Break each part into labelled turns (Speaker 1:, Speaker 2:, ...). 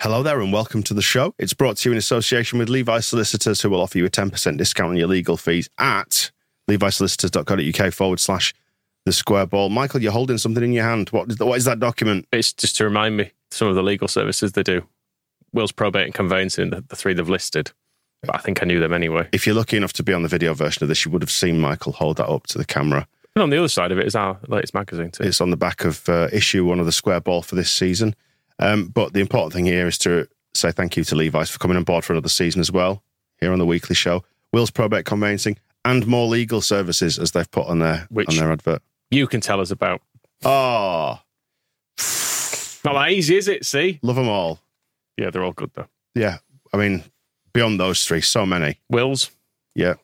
Speaker 1: Hello there and welcome to the show. It's brought to you in association with Levi Solicitors, who will offer you a 10% discount on your legal fees at levisolicitors.co.uk forward slash the square ball. Michael, you're holding something in your hand. What is, what is that document?
Speaker 2: It's just to remind me some of the legal services they do. Wills, probate, and conveyancing, the, the three they've listed. But I think I knew them anyway.
Speaker 1: If you're lucky enough to be on the video version of this, you would have seen Michael hold that up to the camera.
Speaker 2: And on the other side of it is our latest magazine, too.
Speaker 1: It's on the back of uh, issue one of the square ball for this season. Um, but the important thing here is to say thank you to Levi's for coming on board for another season as well, here on the weekly show. Will's probate conveyancing and more legal services as they've put on their
Speaker 2: Which-
Speaker 1: on their advert.
Speaker 2: you can tell us about.
Speaker 1: Oh,
Speaker 2: Not that easy, is it? See?
Speaker 1: love them all.
Speaker 2: Yeah, they're all good, though.
Speaker 1: Yeah, I mean, beyond those three, so many.
Speaker 2: Wills,
Speaker 1: Yeah,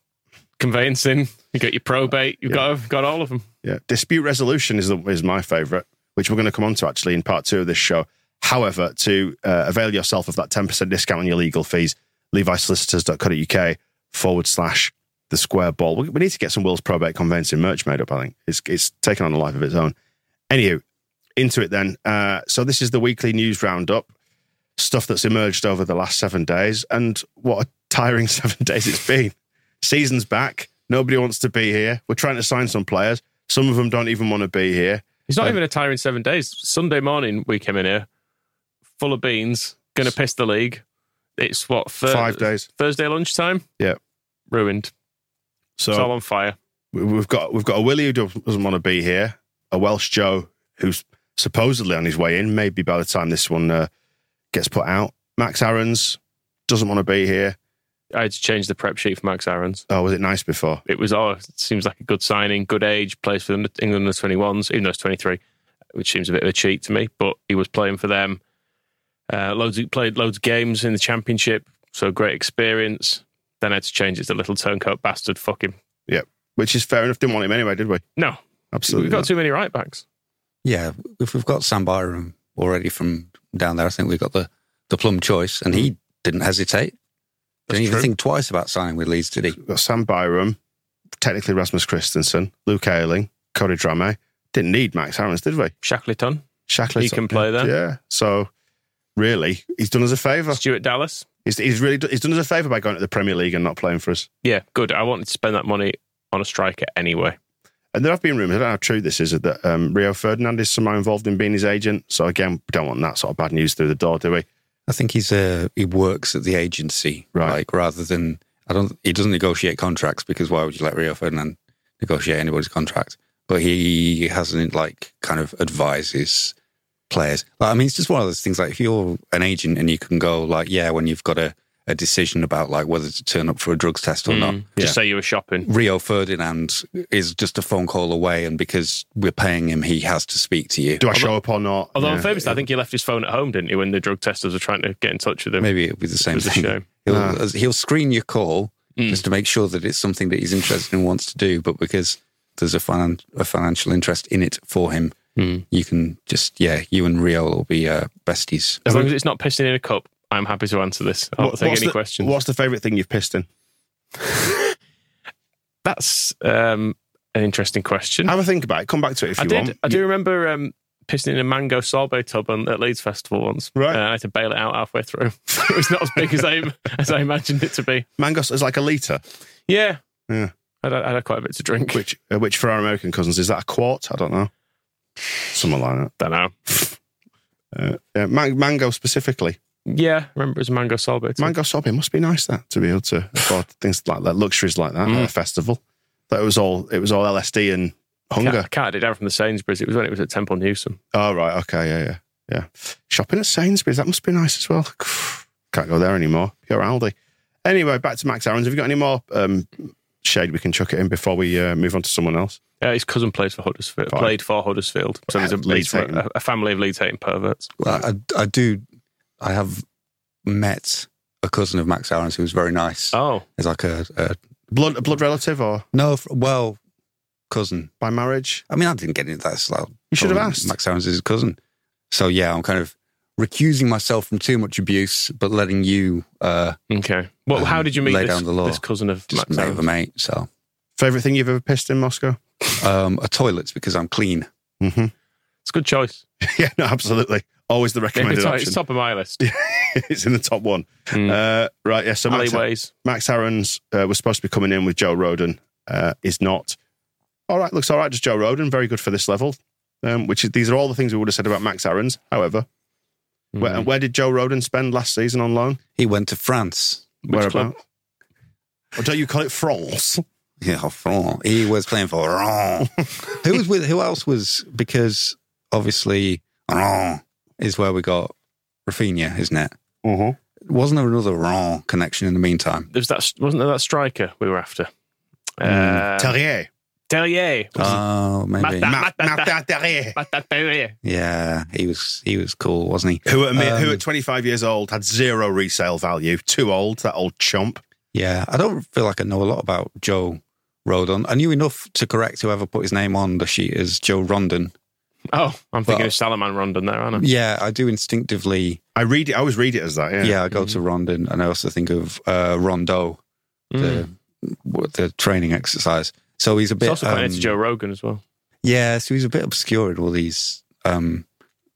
Speaker 2: conveyancing, you got your probate, you've got, got all of them.
Speaker 1: yeah. Dispute resolution is the, is my favourite, which we're going to come on to actually in part two of this show. However, to uh, avail yourself of that ten percent discount on your legal fees, levisolicitors.co.uk forward slash the square ball. We, we need to get some Will's probate conveyancing merch made up. I think it's it's taken on a life of its own. Anywho, into it then. Uh, so this is the weekly news roundup. Stuff that's emerged over the last seven days, and what a tiring seven days it's been. Season's back. Nobody wants to be here. We're trying to sign some players. Some of them don't even want to be here.
Speaker 2: It's not
Speaker 1: Um,
Speaker 2: even a tiring seven days. Sunday morning, we came in here full of beans, going to piss the league. It's what? Thur-
Speaker 1: Five days.
Speaker 2: Thursday lunchtime?
Speaker 1: Yeah.
Speaker 2: Ruined.
Speaker 1: So
Speaker 2: it's all on fire.
Speaker 1: we- we've got we've got a Willie who doesn't doesn't want to be here, a Welsh Joe who's supposedly on his way in. Maybe by the time this one uh, gets put out, Max Aaron's doesn't want to be here.
Speaker 2: I had to change the prep sheet for Max Aaron's.
Speaker 1: Oh, was it nice before?
Speaker 2: It was, oh, it seems like a good signing, good age, plays for the England under 21s, even though it's 23, which seems a bit of a cheat to me, but he was playing for them. Uh, loads of, played loads of games in the championship, so great experience. Then I had to change it to little turncoat bastard. Fuck him.
Speaker 1: Which is fair enough. Didn't want him anyway, did we?
Speaker 2: No,
Speaker 1: Absolutely.
Speaker 2: we've got
Speaker 1: not.
Speaker 2: too many right backs.
Speaker 3: Yeah, if we've got Sam Byram already from down there, I think we've got the, the plum choice, and he didn't hesitate.
Speaker 1: That's
Speaker 3: didn't even
Speaker 1: true.
Speaker 3: think twice about signing with Leeds, did he?
Speaker 1: We've got Sam Byram, technically Rasmus Christensen, Luke Ayling, Cody Drame. Didn't need Max Aaron's, did we?
Speaker 2: Shackleton,
Speaker 1: Shackleton.
Speaker 2: He can play there.
Speaker 1: Yeah. So really, he's done us a favour.
Speaker 2: Stuart Dallas.
Speaker 1: He's, he's really do- he's done us a favour by going to the Premier League and not playing for us.
Speaker 2: Yeah, good. I wanted to spend that money on a striker anyway.
Speaker 1: And there have been rumours. I don't know how true this is that um, Rio Ferdinand is somehow involved in being his agent. So again, we don't want that sort of bad news through the door, do we?
Speaker 3: I think he's uh, he works at the agency,
Speaker 1: Right.
Speaker 3: Like rather than I don't, he doesn't negotiate contracts because why would you let Rio Ferdinand negotiate anybody's contract? But he hasn't like kind of advises players. Like, I mean, it's just one of those things. Like if you're an agent and you can go like, yeah, when you've got a, a decision about like whether to turn up for a drugs test
Speaker 1: Hmm.
Speaker 3: or not,
Speaker 2: Mm, Just say you were shopping.
Speaker 3: Rio Ferdinand is just a phone call away, and because we're paying him, he has to speak to you.
Speaker 1: Do I show up or not?
Speaker 2: Although,
Speaker 1: Yeah.
Speaker 2: famously, I think he left his phone at home, didn't he, when the drug testers were trying to get in touch with him?
Speaker 3: Maybe it'll be the same
Speaker 2: was a
Speaker 3: thing.
Speaker 2: shame.
Speaker 3: He'll,
Speaker 1: Ah.
Speaker 3: as- he'll screen your call
Speaker 2: Mm.
Speaker 3: just to make sure that it's something that he's interested in and wants to do, but because there's a, finan- a financial interest in it for him,
Speaker 2: Mm.
Speaker 3: you can just, yeah, you and Rio will be uh, besties.
Speaker 2: As long as it's not pissing in a cup, I'm happy to answer this. I'll
Speaker 1: What-
Speaker 2: take
Speaker 1: what's
Speaker 2: any
Speaker 1: the,
Speaker 2: questions.
Speaker 1: What's the favourite thing you've pissed in?
Speaker 2: That's um, an interesting question.
Speaker 1: Have a think about it. Come back to it if
Speaker 2: I
Speaker 1: you
Speaker 2: did.
Speaker 1: want.
Speaker 2: I do remember um, pissing in a mango sorbet tub on, at Leeds Festival once.
Speaker 1: Right.
Speaker 2: Uh, I had to bail it out halfway through. it was not as big as I as I imagined it to be.
Speaker 1: Mangos is like a litre,
Speaker 2: Yeah.
Speaker 1: Yeah.
Speaker 2: I had, I had quite a bit to drink.
Speaker 1: which uh, which for our American cousins is that a quart? I don't know. Something like that.
Speaker 2: don't know.
Speaker 1: Uh, yeah, man- mango specifically.
Speaker 2: Yeah, remember it was mango sorbet.
Speaker 1: Mango sorbet must be nice that to be able to afford things like that, luxuries like that at a festival. That it was all it was all LSD and hunger.
Speaker 2: Cat, cat did have from the Sainsbury's. It was when it was at Temple Newsom.
Speaker 1: Oh right, okay, yeah, yeah, yeah. Shopping at Sainsbury's that must be nice as well. Can't go there anymore. Pure Aldi. Anyway, back to Max Aaron's. Have you got any more um, shade we can chuck it in before we uh, move on to someone else?
Speaker 2: Uh, his cousin played for Huddersfield.
Speaker 1: Fine.
Speaker 2: Played for Huddersfield. So there's a,
Speaker 1: Uh, Leeds
Speaker 2: Leeds,
Speaker 1: hating.
Speaker 2: a, a family of Leeds hating perverts.
Speaker 3: Well, I, I do. I have met a cousin of Max Aaron's who was very nice.
Speaker 2: Oh,
Speaker 3: It's like a, a
Speaker 1: Blood a blood relative or
Speaker 3: no, f- well, cousin.
Speaker 1: by marriage?
Speaker 3: I mean, I didn't get into that. It's like,
Speaker 1: You should have
Speaker 3: oh,
Speaker 1: asked.
Speaker 3: Max Aaron's is his cousin. So yeah, I'm kind of recusing myself from too much abuse, but letting you uh,
Speaker 2: okay. Well,
Speaker 3: Um,
Speaker 2: how did you meet
Speaker 3: lay
Speaker 2: this,
Speaker 3: down the law.
Speaker 2: this cousin of
Speaker 3: just
Speaker 2: Max?
Speaker 3: mate
Speaker 2: Aaron?
Speaker 3: of a mate. So
Speaker 1: Favorite thing you've ever pissed in Moscow?
Speaker 3: um, a toilet because I'm clean.
Speaker 1: hmm
Speaker 2: It's a good choice.
Speaker 1: yeah, no, absolutely. Always the recommended
Speaker 2: It's, it's
Speaker 1: option.
Speaker 2: top of my list.
Speaker 1: it's in the top one.
Speaker 2: Mm.
Speaker 1: Uh, right, yeah. So Max,
Speaker 2: Alleyways.
Speaker 1: Max Aaron's uh, was supposed to be coming in with Joe Roden. Uh, is not. All right, looks all right. Just Joe Roden, very good for this level. Um, which is, these are all the things we would have said about Max Aaron's. However, where,
Speaker 2: Mm.
Speaker 1: where did Joe Roden spend last season on loan?
Speaker 3: He went to France.
Speaker 2: Which club?
Speaker 1: Whereabout? Or Oh, don't you call it France?
Speaker 3: Yeah, France. He was playing for Rouen. who was with? Who else was? Because obviously Rouen is where we got Rafinha, isn't it?
Speaker 1: Uh-huh.
Speaker 3: Wasn't there another Rouen connection in the meantime?
Speaker 2: There was that wasn't there that striker we were after?
Speaker 3: Mm.
Speaker 2: Uh,
Speaker 1: Terrier.
Speaker 2: Terrier.
Speaker 3: Oh, maybe.
Speaker 2: Mata-
Speaker 1: Ma- Martin Terrier.
Speaker 2: Mata Terrier.
Speaker 3: Yeah, he was. He was cool, wasn't he?
Speaker 1: Who at, a mi- who
Speaker 3: Um,
Speaker 1: at 25 years old had zero resale value. Too old, that old chump.
Speaker 3: Yeah, I don't feel like I know a lot about Joe Rodon. I knew enough to correct whoever put his name on the sheet as Joe Rondon.
Speaker 2: Oh, I'm thinking
Speaker 3: Well-
Speaker 2: of Salaman Rondon there, aren't I?
Speaker 3: Yeah, I do instinctively.
Speaker 1: I read it. I always read it as that. Yeah.
Speaker 3: Yeah, I go
Speaker 2: Mm-hmm.
Speaker 3: to Rondon, and I also think of uh, Rondo,
Speaker 2: Mm.
Speaker 3: the what the training exercise. So he's a
Speaker 2: It's
Speaker 3: bit.
Speaker 2: also quite near
Speaker 3: um,
Speaker 2: to Joe Rogan as well.
Speaker 3: Yeah, so he's a bit obscure in all these um,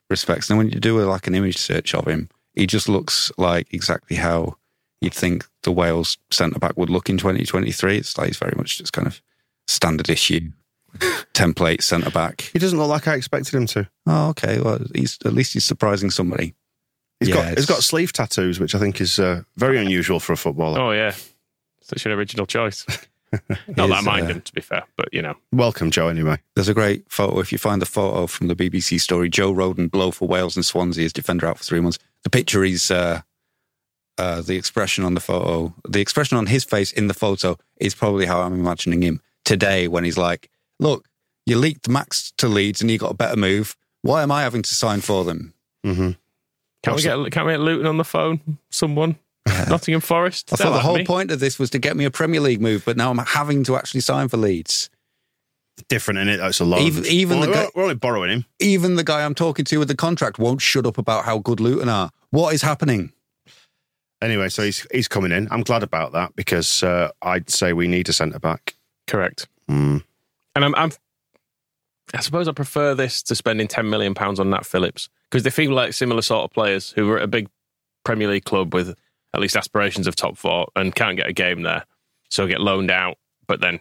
Speaker 3: respects. And when you do a, like an image search of him, he just looks like exactly how you'd think the Wales centre back would look in 2023. It's like he's very much just kind of standard issue template centre back.
Speaker 1: He doesn't look like I expected him to.
Speaker 3: Oh, okay. Well, he's at least he's surprising somebody.
Speaker 1: He's
Speaker 3: Yeah,
Speaker 1: got he's
Speaker 3: it's-
Speaker 1: got sleeve tattoos, which I think is uh, very unusual for a footballer.
Speaker 2: Oh yeah, such an original choice. Not
Speaker 3: He's,
Speaker 2: that I mind
Speaker 3: uh,
Speaker 2: him, to be fair, but you know,
Speaker 1: Welcome, Joe. Anyway,
Speaker 3: There's a great photo. If you find the photo from the BBC story, Joe Roden blow for Wales and Swansea as defender out for three months. The picture is uh, uh, the expression on the photo. The expression on his face in the photo is probably how I'm imagining him today when he's like, "Look, you leaked Max to Leeds and he got a better move. Why am I having to sign for them?"
Speaker 1: hmm
Speaker 2: can we get can we get Luton on the phone? Someone, Nottingham Forest.
Speaker 3: I
Speaker 2: They'll
Speaker 3: thought the
Speaker 2: have
Speaker 3: whole
Speaker 2: me.
Speaker 3: point of this was to get me a Premier League move, but now I'm having to actually sign for Leeds.
Speaker 1: different in it. That's a lot.
Speaker 3: Even- even
Speaker 1: we're,
Speaker 3: the
Speaker 1: we're,
Speaker 3: guy-
Speaker 1: we're only borrowing him.
Speaker 3: Even the guy I'm talking to with the contract won't shut up about how good Luton are. What is happening?
Speaker 1: Anyway, so he's he's coming in. I'm glad about that because uh, I'd say we need a centre back.
Speaker 2: Correct.
Speaker 3: Hmm.
Speaker 1: Mm.
Speaker 2: And I'm, I'm, I suppose I prefer this to spending ten million pounds on Nat Phillips because they feel like similar sort of players who are at a big Premier League club with at least aspirations of top four and can't get a game there, so get loaned out. But then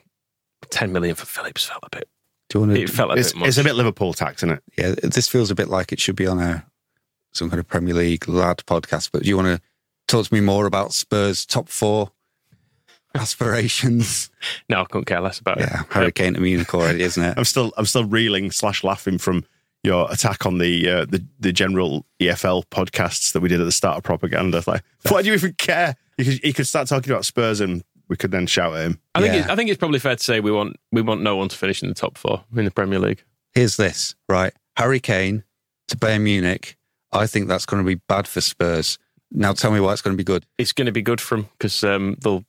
Speaker 2: ten million for Phillips felt a bit.
Speaker 3: Do you want
Speaker 2: It felt a
Speaker 1: It's,
Speaker 2: bit much.
Speaker 1: it's a bit Liverpool tax, isn't it?
Speaker 3: yeah, this feels a bit like it should be on a some kind of Premier League lad podcast. But do you want to talk to me more about Spurs top four aspirations?
Speaker 2: No, I couldn't care less about it.
Speaker 3: yeah, Harry Kane to Munich already, isn't it?
Speaker 1: I'm still I'm still reeling slash laughing from your attack on the uh, the the general EFL podcasts that we did at the start of propaganda. Like, why do you even care? He could, he could start talking about Spurs, and we could then shout at him.
Speaker 2: I think
Speaker 3: Yeah.
Speaker 2: it, I think it's probably fair to say we want we want no one to finish in the top four in the Premier League.
Speaker 3: Here's this right: Harry Kane to Bayern Munich. I think that's going to be bad for Spurs. Now tell me why it's going to be good.
Speaker 2: It's going to be good for him because um, they'll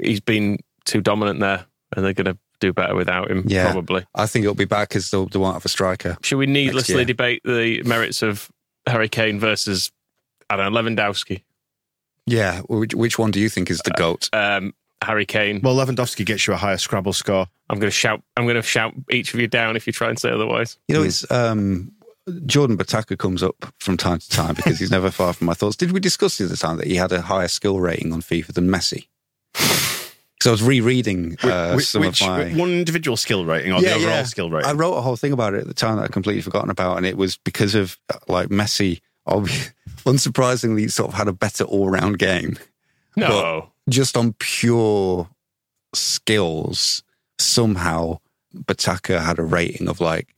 Speaker 2: he's been too dominant there, and they're going to do better without him
Speaker 3: Yeah.
Speaker 2: probably.
Speaker 3: I think it'll be bad because they won't have a striker.
Speaker 2: Should we needlessly
Speaker 3: year.
Speaker 2: debate the merits of Harry Kane versus I don't know Lewandowski?
Speaker 3: Yeah, which, which one do you think is the goat?
Speaker 2: Um, Harry Kane.
Speaker 1: Well, Lewandowski gets you a higher Scrabble score.
Speaker 2: I'm going to shout. I'm going to shout each of you down if you try and say otherwise.
Speaker 3: You
Speaker 1: Hmm.
Speaker 3: know, it's um, Jordan Bataka comes up from time to time because he's never far from my thoughts. Did we discuss the other time that he had a higher skill rating on FIFA than Messi? Because I was rereading uh,
Speaker 1: Which-
Speaker 3: some
Speaker 1: which-
Speaker 3: of my.
Speaker 1: one individual skill rating or the overall skill rating?
Speaker 3: I wrote a whole thing about it at the time that I'd completely forgotten about, and it was because of uh, like Messi obvi- unsurprisingly sort of had a better all round game.
Speaker 2: No.
Speaker 3: Just on pure skills, somehow Bataka had a rating of like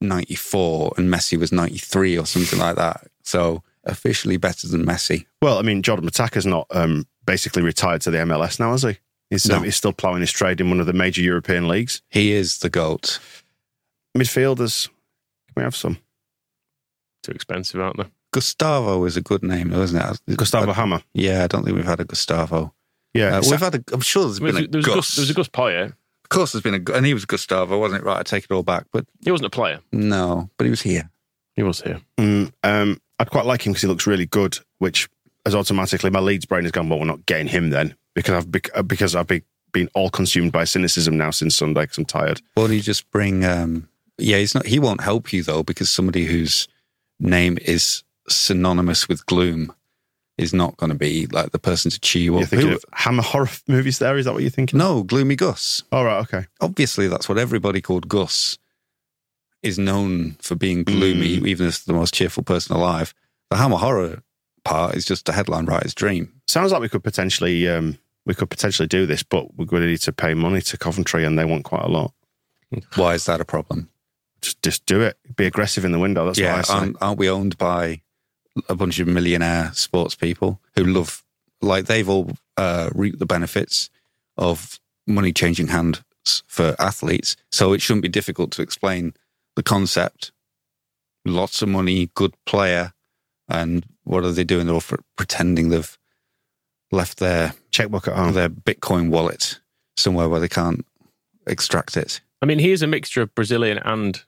Speaker 3: 94 and Messi was 93 or something like that. So officially better than Messi.
Speaker 1: Well, I mean, Jordan Mataka's not um, basically retired to the MLS now, is he? He's, um,
Speaker 3: No.
Speaker 1: he's still ploughing his trade in one of the major European leagues.
Speaker 3: He is the GOAT.
Speaker 1: Midfielders, can we have some?
Speaker 2: Too expensive, aren't they?
Speaker 3: Gustavo is a good name, though, isn't it?
Speaker 1: Gustavo Hammer.
Speaker 3: Yeah, I don't think we've had a Gustavo.
Speaker 1: Uh, Yeah.
Speaker 3: Uh,
Speaker 1: Sa-
Speaker 3: we've had a, I'm sure there's
Speaker 2: I mean,
Speaker 3: been a
Speaker 2: there, was a Gus,
Speaker 3: Gus.
Speaker 2: there was a Gus Poyet.
Speaker 3: Of course, there's been a, Gu- and he was Gustavo, wasn't it? Right, I take it all back. But
Speaker 2: He wasn't a player.
Speaker 3: no, but he was here.
Speaker 2: He was here.
Speaker 1: Mm, um, I'd quite like him because he looks really good, which has automatically my Leeds brain has gone. Well, we're not getting him then because I've bec- uh, because I've be- been all consumed by cynicism now since Sunday because I'm tired.
Speaker 3: Or do you just bring? um Yeah, he's not. He won't help you though because somebody whose name is synonymous with gloom is not going to be like the person to cheer you
Speaker 1: You're
Speaker 3: up.
Speaker 1: thinking
Speaker 3: Who-
Speaker 1: of Hammer horror movies. There is that what you're thinking?
Speaker 3: no, gloomy Gus.
Speaker 1: All right, okay.
Speaker 3: Obviously, that's what everybody called Gus is known for being gloomy, even as the most cheerful person alive. The Hammer horror part is just a headline writer's dream.
Speaker 1: Sounds like we could potentially um, we could potentially do this, but we're going to need to pay money to Coventry, and they want quite a lot.
Speaker 3: Why is that a problem?
Speaker 1: Just just do it. Be aggressive in the window. That's
Speaker 3: yeah, um,
Speaker 1: what I say.
Speaker 3: aren't, aren't we owned by a bunch of millionaire sports people who love, like, they've all uh, reaped the benefits of money changing hands for athletes. So it shouldn't be difficult to explain the concept. Lots of money, good player, and what are they doing? They're all for pretending they've left their
Speaker 1: Checkbook at home.
Speaker 3: their Bitcoin wallet somewhere where they can't extract it.
Speaker 2: I mean, he is a mixture of Brazilian and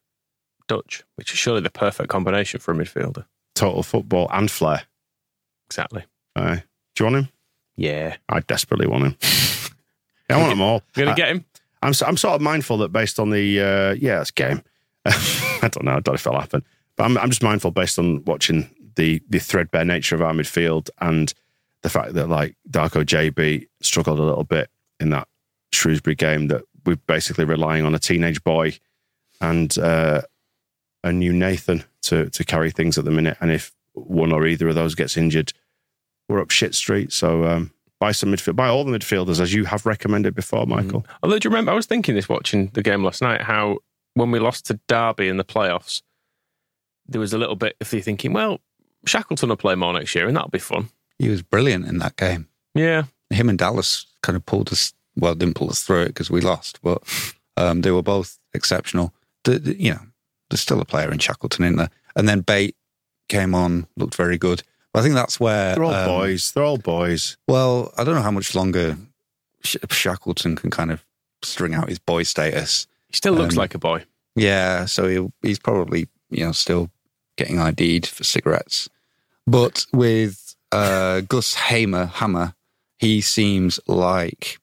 Speaker 2: Dutch, which is surely the perfect combination for a midfielder.
Speaker 1: Total football and flair.
Speaker 2: Exactly.
Speaker 1: Aye. do you want him?
Speaker 2: Yeah.
Speaker 1: I desperately want him. Yeah, I want them all. Uh,
Speaker 2: You're going
Speaker 1: I-
Speaker 2: to get him?
Speaker 1: I'm so- I'm sort of mindful that based on the uh, yeah it's game. I don't know. I don't know if it'll happen, but I'm I'm just mindful based on watching the the threadbare nature of our midfield and the fact that like Darko JB struggled a little bit in that Shrewsbury game that we're basically relying on a teenage boy and uh, a new Nathan to to carry things at the minute. And if one or either of those gets injured, we're up shit street. So um, buy some midfield, buy all the midfielders as you have recommended before, Michael.
Speaker 2: Although, do you remember, I was thinking this watching the game last night, how when we lost to Derby in the playoffs, there was a little bit of you thinking, well, Shackleton will play more next year and that'll be fun.
Speaker 3: He was brilliant in that game.
Speaker 2: Yeah.
Speaker 3: him and Dallas kind of pulled us well didn't pull us through it because we lost but um, they were both exceptional the, the- you know there's still a player in Shackleton in there and then Bate came on looked very good but I think that's where
Speaker 1: They're all
Speaker 3: um,
Speaker 1: boys. They're all boys.
Speaker 3: well I don't know how much longer Sh- Shackleton can kind of string out his boy status
Speaker 2: He still looks
Speaker 3: Um,
Speaker 2: like a boy.
Speaker 3: yeah, so he'll, he's probably you know still getting ID'd for cigarettes. But with uh, Gus Hamer, Hammer, he seems like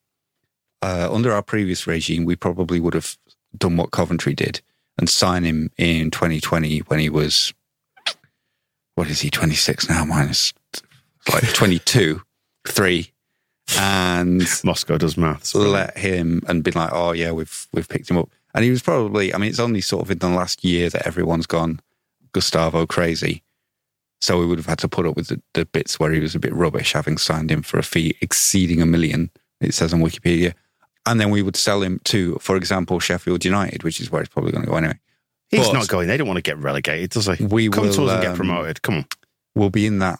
Speaker 3: uh, under our previous regime, we probably would have done what Coventry did and sign him in 2020 when he was what is he 26 now minus like 22, three, and
Speaker 1: Moscow does maths.
Speaker 3: let him and been like, oh yeah, we've we've picked him up. And he was probably, I mean, it's only sort of in the last year that everyone's gone Gustavo crazy. So we would have had to put up with the, the bits where he was a bit rubbish, having signed him for a fee exceeding a million. It says on Wikipedia, and then we would sell him to, for example, Sheffield United, which is where he's probably going to go anyway.
Speaker 1: He's
Speaker 3: But-
Speaker 1: not going. They don't want to get relegated, does he?
Speaker 3: We
Speaker 1: Come to
Speaker 3: will,
Speaker 1: us and get
Speaker 3: um,
Speaker 1: promoted. Come on.
Speaker 3: we'll be in that.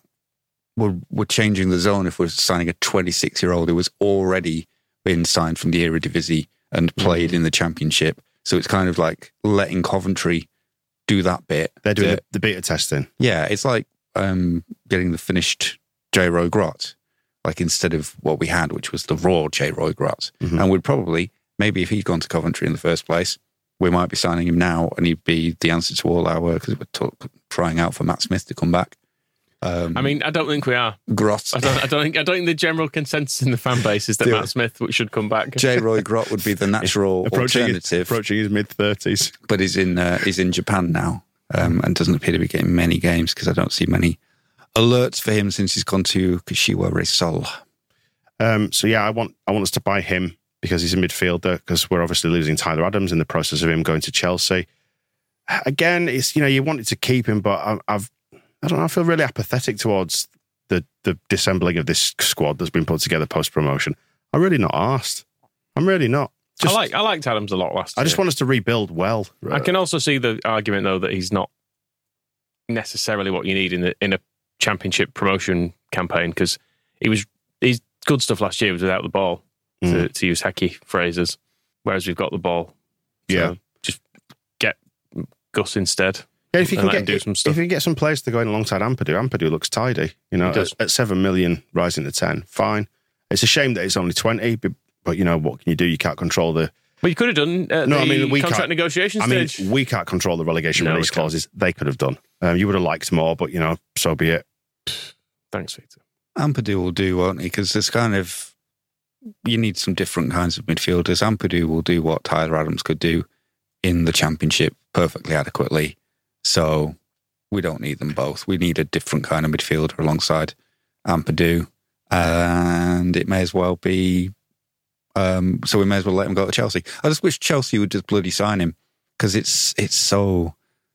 Speaker 3: We're, we're changing the zone if we're signing a 26 year old who has already been signed from the Eredivisie and
Speaker 1: Mm-hmm.
Speaker 3: played in the Championship. So it's kind of like letting Coventry do that bit.
Speaker 1: They're doing
Speaker 3: that-
Speaker 1: the, the beta testing.
Speaker 3: yeah, it's like um, getting the finished J. Roy Grot, like instead of what we had, which was the raw J. Roy Grot.
Speaker 1: Mhm.
Speaker 3: And we'd probably, maybe if he'd gone to Coventry in the first place, we might be signing him now and he'd be the answer to all our work because we're talk, trying out for Matt Smith to come back. Um,
Speaker 2: I mean, I don't think we are.
Speaker 3: Grot.
Speaker 2: I don't, I don't think. I don't think the general consensus in the fan base is that
Speaker 3: Do
Speaker 2: Matt
Speaker 3: it.
Speaker 2: Smith should come back.
Speaker 3: J. Roy Grot would be the natural
Speaker 1: his,
Speaker 3: alternative,
Speaker 1: approaching his mid 30s.
Speaker 3: but he's in uh, he's in Japan now um, and doesn't appear to be getting many games because I don't see many alerts for him since he's gone to Kashiwa Reysol.
Speaker 1: Um, so, yeah, I want I want us to buy him because he's a midfielder because we're obviously losing Tyler Adams in the process of him going to Chelsea. Again, it's, you know, you wanted to keep him, but I, I've I don't know. I feel really apathetic towards the the dissembling of this squad that's been put together post promotion. I'm really not asked. I'm really not. Just,
Speaker 2: I like I liked Adams a lot last.
Speaker 1: I just
Speaker 2: year.
Speaker 1: want us to rebuild well.
Speaker 2: I can also see the argument though that he's not necessarily what you need in the, in a championship promotion campaign because he was his good stuff last year was without the ball
Speaker 1: Mm.
Speaker 2: to, to use hacky phrases, whereas we've got the ball.
Speaker 1: Yeah.
Speaker 2: just get Gus instead.
Speaker 1: Yeah, if you can
Speaker 2: and let
Speaker 1: get
Speaker 2: him do some
Speaker 1: if
Speaker 2: stuff.
Speaker 1: you can get some players to go in alongside Ampadu, Ampadu looks tidy. You know,
Speaker 2: He does.
Speaker 1: at, at seven million, rising to ten, fine. It's a shame that it's only twenty, but, but you know what can you do? You can't control the.
Speaker 2: But you could have done uh,
Speaker 1: No,
Speaker 2: the
Speaker 1: I mean we
Speaker 2: contract
Speaker 1: can't,
Speaker 2: negotiation
Speaker 1: I mean
Speaker 2: stage.
Speaker 1: we can't control the relegation
Speaker 2: No, we
Speaker 1: release
Speaker 2: can't.
Speaker 1: clauses. They could have done. Um, you would have liked more, but you know, so be it.
Speaker 2: Thanks, Victor.
Speaker 3: Ampadu will do, won't he? Because there's kind of you need some different kinds of midfielders. Ampadu will do what Tyler Adams could do in the championship perfectly adequately. So we don't need them both. We need a different kind of midfielder alongside Ampadu, and it may as well be. Um, so we may as well let him go to Chelsea. I just wish Chelsea would just bloody sign him because it's it's so.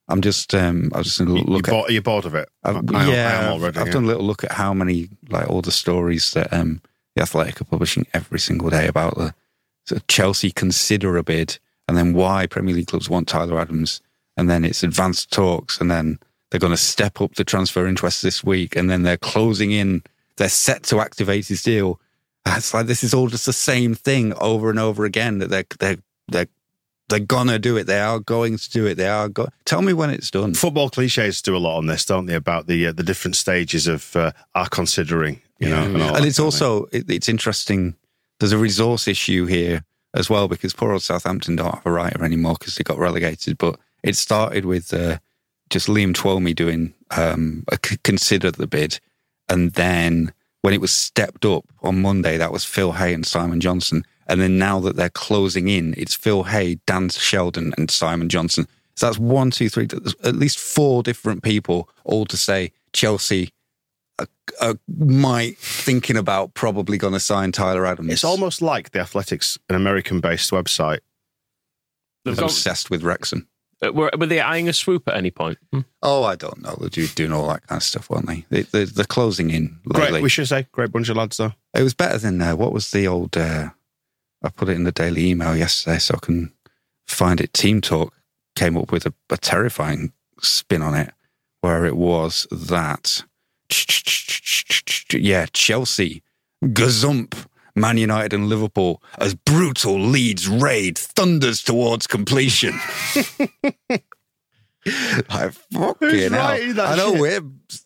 Speaker 3: I'm just um, I was just gonna
Speaker 1: You,
Speaker 3: look at
Speaker 1: are bored of it.
Speaker 3: I've,
Speaker 1: I am- I
Speaker 3: yeah,
Speaker 1: am
Speaker 3: I've-
Speaker 1: already,
Speaker 3: I've
Speaker 1: yeah.
Speaker 3: done a little look at how many, like all the stories that um, the Athletic are publishing every single day about the so Chelsea consider a bid, and then why Premier League clubs want Tyler Adams, and then it's advanced talks, and then they're going to step up the transfer interest this week, and then they're closing in, they're set to activate his deal. It's like this is all just the same thing over and over again that they're they're they're they're gonna do it. They are going to do it. They are go. Tell me when it's done.
Speaker 1: Football cliches do a lot on this, don't they? About the uh, the different stages of uh, are considering. You know, and, all that
Speaker 3: and it's
Speaker 1: kind of thing.
Speaker 3: also it, it's interesting. There's a resource issue here as well because poor old Southampton don't have a writer anymore because they got relegated. But it started with uh, just Liam Twomey doing um, a c- consider the bid, and then when it was stepped up on Monday, that was Phil Hay and Simon Johnson. And then now that they're closing in, it's Phil Hay, Dan Sheldon, and Simon Johnson. So that's one, two, three, there's at least four different people all to say Chelsea uh, might thinking about probably going to sign Tyler Adams.
Speaker 1: it's almost like the Athletics, an American-based website.
Speaker 2: They've
Speaker 3: I'm
Speaker 2: got-
Speaker 3: obsessed with Wrexham.
Speaker 2: uh, were, were they eyeing a swoop at any point?
Speaker 3: Oh, I don't know. They're do- doing all that kind of stuff, weren't they? they they're, they're closing in lately.
Speaker 1: Great, we should say, great bunch of lads though.
Speaker 3: it was better than uh, what was the old? Uh, I put it in the daily email yesterday, so I can find it. Team Talk came up with a, a terrifying spin on it, where it was that yeah, Chelsea, Gazump, Man United, and Liverpool as brutal Leeds raid thunders towards completion. like, fucking hell.
Speaker 1: writing that
Speaker 3: I know
Speaker 1: shit?
Speaker 3: we're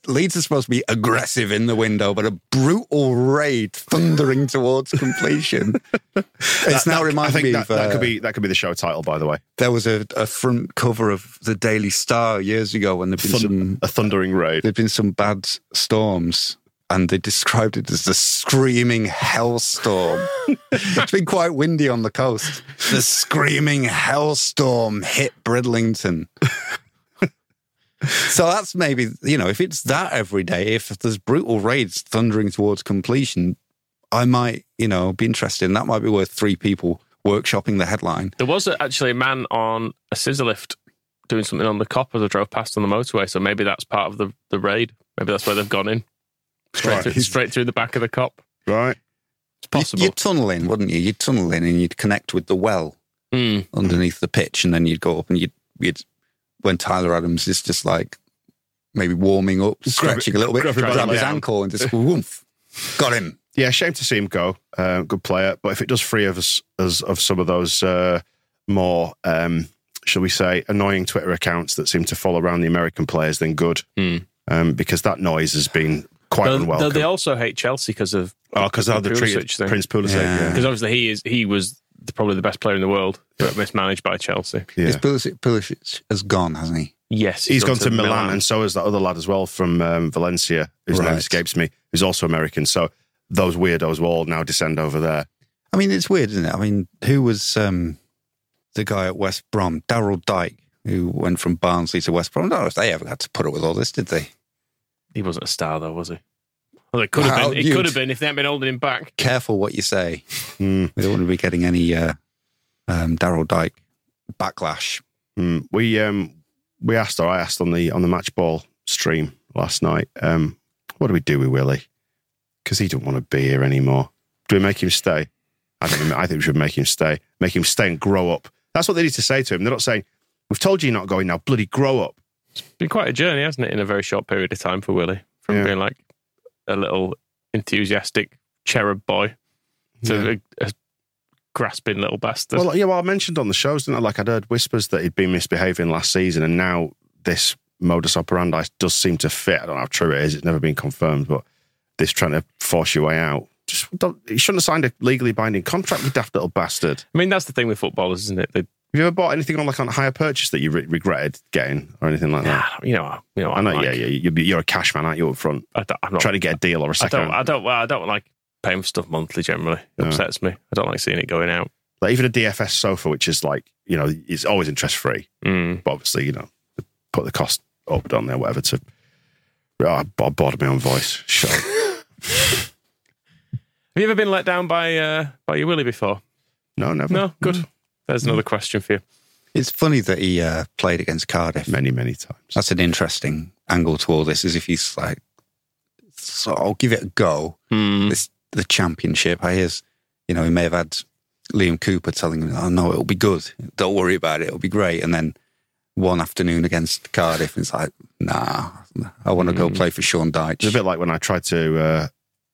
Speaker 3: Leeds are supposed to be aggressive in the window, but a brutal raid thundering towards completion. it's
Speaker 1: That-
Speaker 3: now
Speaker 1: that- I
Speaker 3: reminding
Speaker 1: think
Speaker 3: me
Speaker 1: that,
Speaker 3: of
Speaker 1: that
Speaker 3: uh,
Speaker 1: could be that could be the show title, by the way.
Speaker 3: there was a, a front cover of the Daily Star years ago when there'd been
Speaker 1: Thun-
Speaker 3: some
Speaker 1: a thundering raid.
Speaker 3: there'd been some bad storms and they described it as the screaming hellstorm. it's been quite windy on the coast. The screaming hellstorm hit Bridlington. so that's maybe, you know, if it's that every day, if there's brutal raids thundering towards completion, I might, you know, be interested. And that might be worth three people workshopping the headline.
Speaker 2: There was a, actually a man on a scissor lift doing something on the cop as I drove past on the motorway. So maybe that's part of the, the raid. Maybe that's where they've gone in. Straight,
Speaker 1: Right.
Speaker 2: through, straight through the back of the cop.
Speaker 1: Right.
Speaker 2: It's possible.
Speaker 3: You'd tunnel in, wouldn't you? You'd tunnel in and you'd connect with the well.
Speaker 2: Mm.
Speaker 3: underneath the pitch, and then you'd go up and you'd you'd when Tyler Adams is just like maybe warming up, stretching a little bit,
Speaker 1: grab him by
Speaker 3: grab
Speaker 1: the
Speaker 3: his
Speaker 1: leg.
Speaker 3: ankle and just woof, got him.
Speaker 1: Yeah, shame to see him go. Uh, good player, but if it does free of us us of some of those uh, more, um, shall we say, annoying Twitter accounts that seem to follow around the American players, then good,
Speaker 2: Hmm.
Speaker 1: um, because that noise has been quite
Speaker 2: Though- though
Speaker 1: unwelcome.
Speaker 2: they also hate Chelsea because of
Speaker 1: oh, because they're the
Speaker 2: Pulisic
Speaker 1: treated
Speaker 2: thing.
Speaker 1: Prince Pulisic.
Speaker 3: Yeah.
Speaker 1: Yeah.
Speaker 2: because obviously he is he was the, probably the best player in the world, but mismanaged by Chelsea.
Speaker 1: Yeah.
Speaker 3: Is Pulisic, Pulisic has gone, hasn't he?
Speaker 2: Yes,
Speaker 1: He's gone to Milan, and so has that other lad as well from um, Valencia, whose name
Speaker 3: Right.
Speaker 1: escapes me, who's also American. So those weirdos will all now descend over there.
Speaker 3: I mean, it's weird, isn't it? I mean, who was um, the guy at West Brom, Daryl Dyke, who went from Barnsley to West Brom? I don't know if they ever had to put up with all this, did they?
Speaker 2: he wasn't a star though, was he? Well, it could have
Speaker 3: Well,
Speaker 2: been. It
Speaker 3: you'd-
Speaker 2: could have been if they hadn't been holding him back.
Speaker 3: Careful what you say.
Speaker 1: Hmm.
Speaker 3: We don't want to be getting any uh, um, Daryl Dyke backlash.
Speaker 1: hmm. Mm, we um we asked or I asked on the on the match ball stream last night. Um, what do we do with Willie? Because he do not want to be here anymore. Do we make him stay? I don't. know. I think we should make him stay. Make him stay and grow up. That's what they need to say to him. They're not saying, "We've told you you're not going now. Bloody grow up."
Speaker 2: been quite a journey, hasn't it, in a very short period of time for Willie from
Speaker 1: Yeah.
Speaker 2: being like a little enthusiastic cherub boy to a, a grasping little bastard.
Speaker 1: Well, yeah, well, I mentioned on the shows, didn't I? Like, I'd heard whispers that he'd been misbehaving last season, and now this modus operandi does seem to fit. I don't know how true it is; it's never been confirmed. But this trying to force your way out, just don't, you shouldn't have signed a legally binding contract, you daft little bastard.
Speaker 2: I mean, that's the thing with footballers, isn't it? They,
Speaker 1: Have you ever bought anything on like on hire purchase that you re- regretted getting or anything like that?
Speaker 2: ah, you know, you know,
Speaker 1: I know,
Speaker 2: like,
Speaker 1: yeah, yeah. You're, you're a cash man, aren't you? Up front,
Speaker 2: I don't, I'm not,
Speaker 1: trying to get a deal or a
Speaker 2: I
Speaker 1: second.
Speaker 2: don't, I don't, well, I don't like paying for stuff monthly. Generally, it
Speaker 1: No.
Speaker 2: upsets me. I don't like seeing it going out.
Speaker 1: Like even a DFS sofa, which is like you know, it's always interest free.
Speaker 2: Mm.
Speaker 1: but obviously, you know, put the cost up, don't they, or whatever to. Oh, I I bored my own voice. Shut up.
Speaker 2: Have you ever been let down by uh, by your Willie before?
Speaker 1: No, never.
Speaker 2: No, good.
Speaker 1: Mm.
Speaker 2: There's another question for you.
Speaker 3: It's funny that he uh, played against Cardiff.
Speaker 1: Many, many times.
Speaker 3: That's an interesting angle to all this. Is if he's like, so I'll give it a go.
Speaker 1: Hmm.
Speaker 3: It's the championship. I hear, you know, he may have had Liam Cooper telling him, "Oh no, it'll be good. Don't worry about it. It'll be great." And then one afternoon against Cardiff, it's like, nah, I want to go play for Sean Dyche.
Speaker 1: It's a bit like when I tried to uh,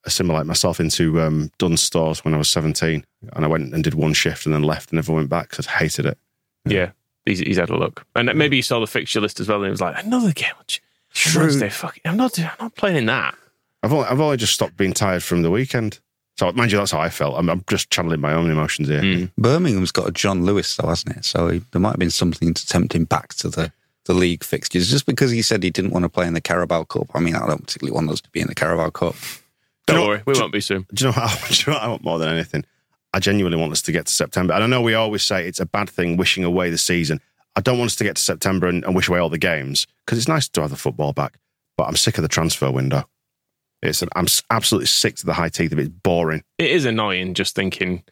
Speaker 1: assimilate myself into um, Dunn stores when I was 17 and I went and did one shift and then left and never went back because I hated it.
Speaker 2: Yeah, he's, he's had a look, and maybe he saw the fixture list as well, and he was like, another game.
Speaker 3: True.
Speaker 2: Wednesday, fucking, I'm not, I'm not playing in that.
Speaker 1: I've only, I've only just stopped being tired from the weekend. So, mind you, that's how I felt. I'm, I'm just channeling my own emotions here.
Speaker 2: Hmm.
Speaker 3: Birmingham's got a John Lewis, though, hasn't it? So he, there might have been something to tempt him back to the, the league fixtures. Just because he said he didn't want to play in the Carabao Cup. I mean, I don't particularly want us to be in the Carabao Cup.
Speaker 2: Don't
Speaker 1: You know-
Speaker 2: worry, we won't be soon.
Speaker 1: do you know what I, do you know what I want more than anything? I genuinely want us to get to September. And I know we always say it's a bad thing wishing away the season. I don't want us to get to September and, and wish away all the games because it's nice to have the football back. But I'm sick of the transfer window. It's an, I'm s- absolutely sick to the high teeth of it. It's boring.
Speaker 2: It is annoying just thinking,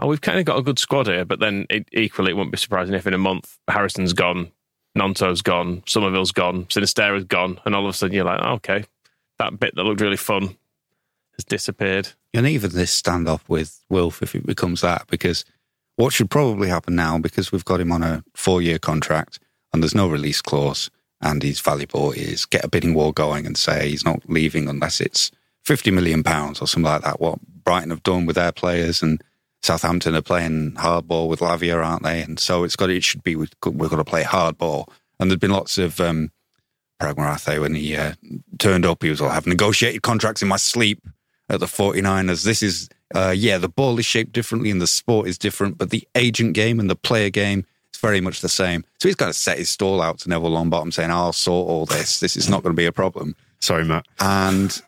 Speaker 2: oh, we've kind of got a good squad here, but then it, equally, it won't be surprising if in a month Harrison's gone, Nanto's gone, Somerville's gone, Sinistera's gone, and all of a sudden you're like, oh, okay, that bit that looked really fun has disappeared.
Speaker 3: And even this standoff with Wilf, if it becomes that, because what should probably happen now, because we've got him on a four year contract and there's no release clause and he's valuable, is get a bidding war going and say he's not leaving unless it's £50 million pounds or something like that. What Brighton have done with their players and Southampton are playing hardball with Lavia, aren't they? And so it's got, it should be, we've got, we've got to play hardball. And there'd been lots of, um, Pragmarathe, when he uh, turned up, he was all, I've negotiated contracts in my sleep at the 49ers. This is, uh, yeah, the ball is shaped differently and the sport is different, but the agent game and the player game is very much the same. So he's kind of set his stall out to Neville Longbottom saying, I'll sort all this. This is not going to be a problem.
Speaker 1: Sorry, Matt.
Speaker 3: And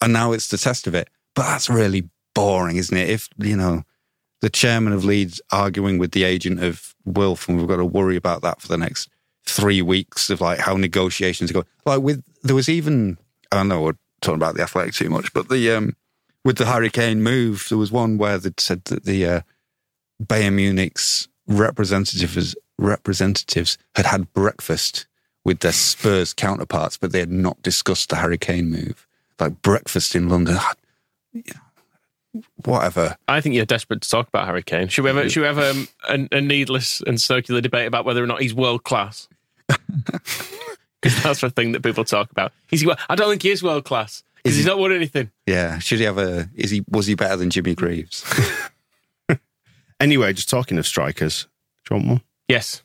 Speaker 3: and now it's the test of it. But that's really boring, isn't it? If, you know, the chairman of Leeds arguing with the agent of Wilf, and we've got to worry about that for the next three weeks of like how negotiations go. Like with there was even I don't know we're talking about the athletic too much, but the um with the hurricane move, there was one where they said that the uh, Bayern Munich's representatives representatives had had breakfast with their Spurs counterparts, but they had not discussed the hurricane move. Like breakfast in London, whatever.
Speaker 2: I think you're desperate to talk about Harry Kane. Should we have, a- should we have um, a, a needless and circular debate about whether or not he's world class? Because that's the thing that people talk about. He's, I don't think he is world class because he's not won anything.
Speaker 3: Yeah, should he have a? Is he was he better than Jimmy Greaves?
Speaker 1: Anyway, just talking of strikers, do you want one?
Speaker 2: Yes,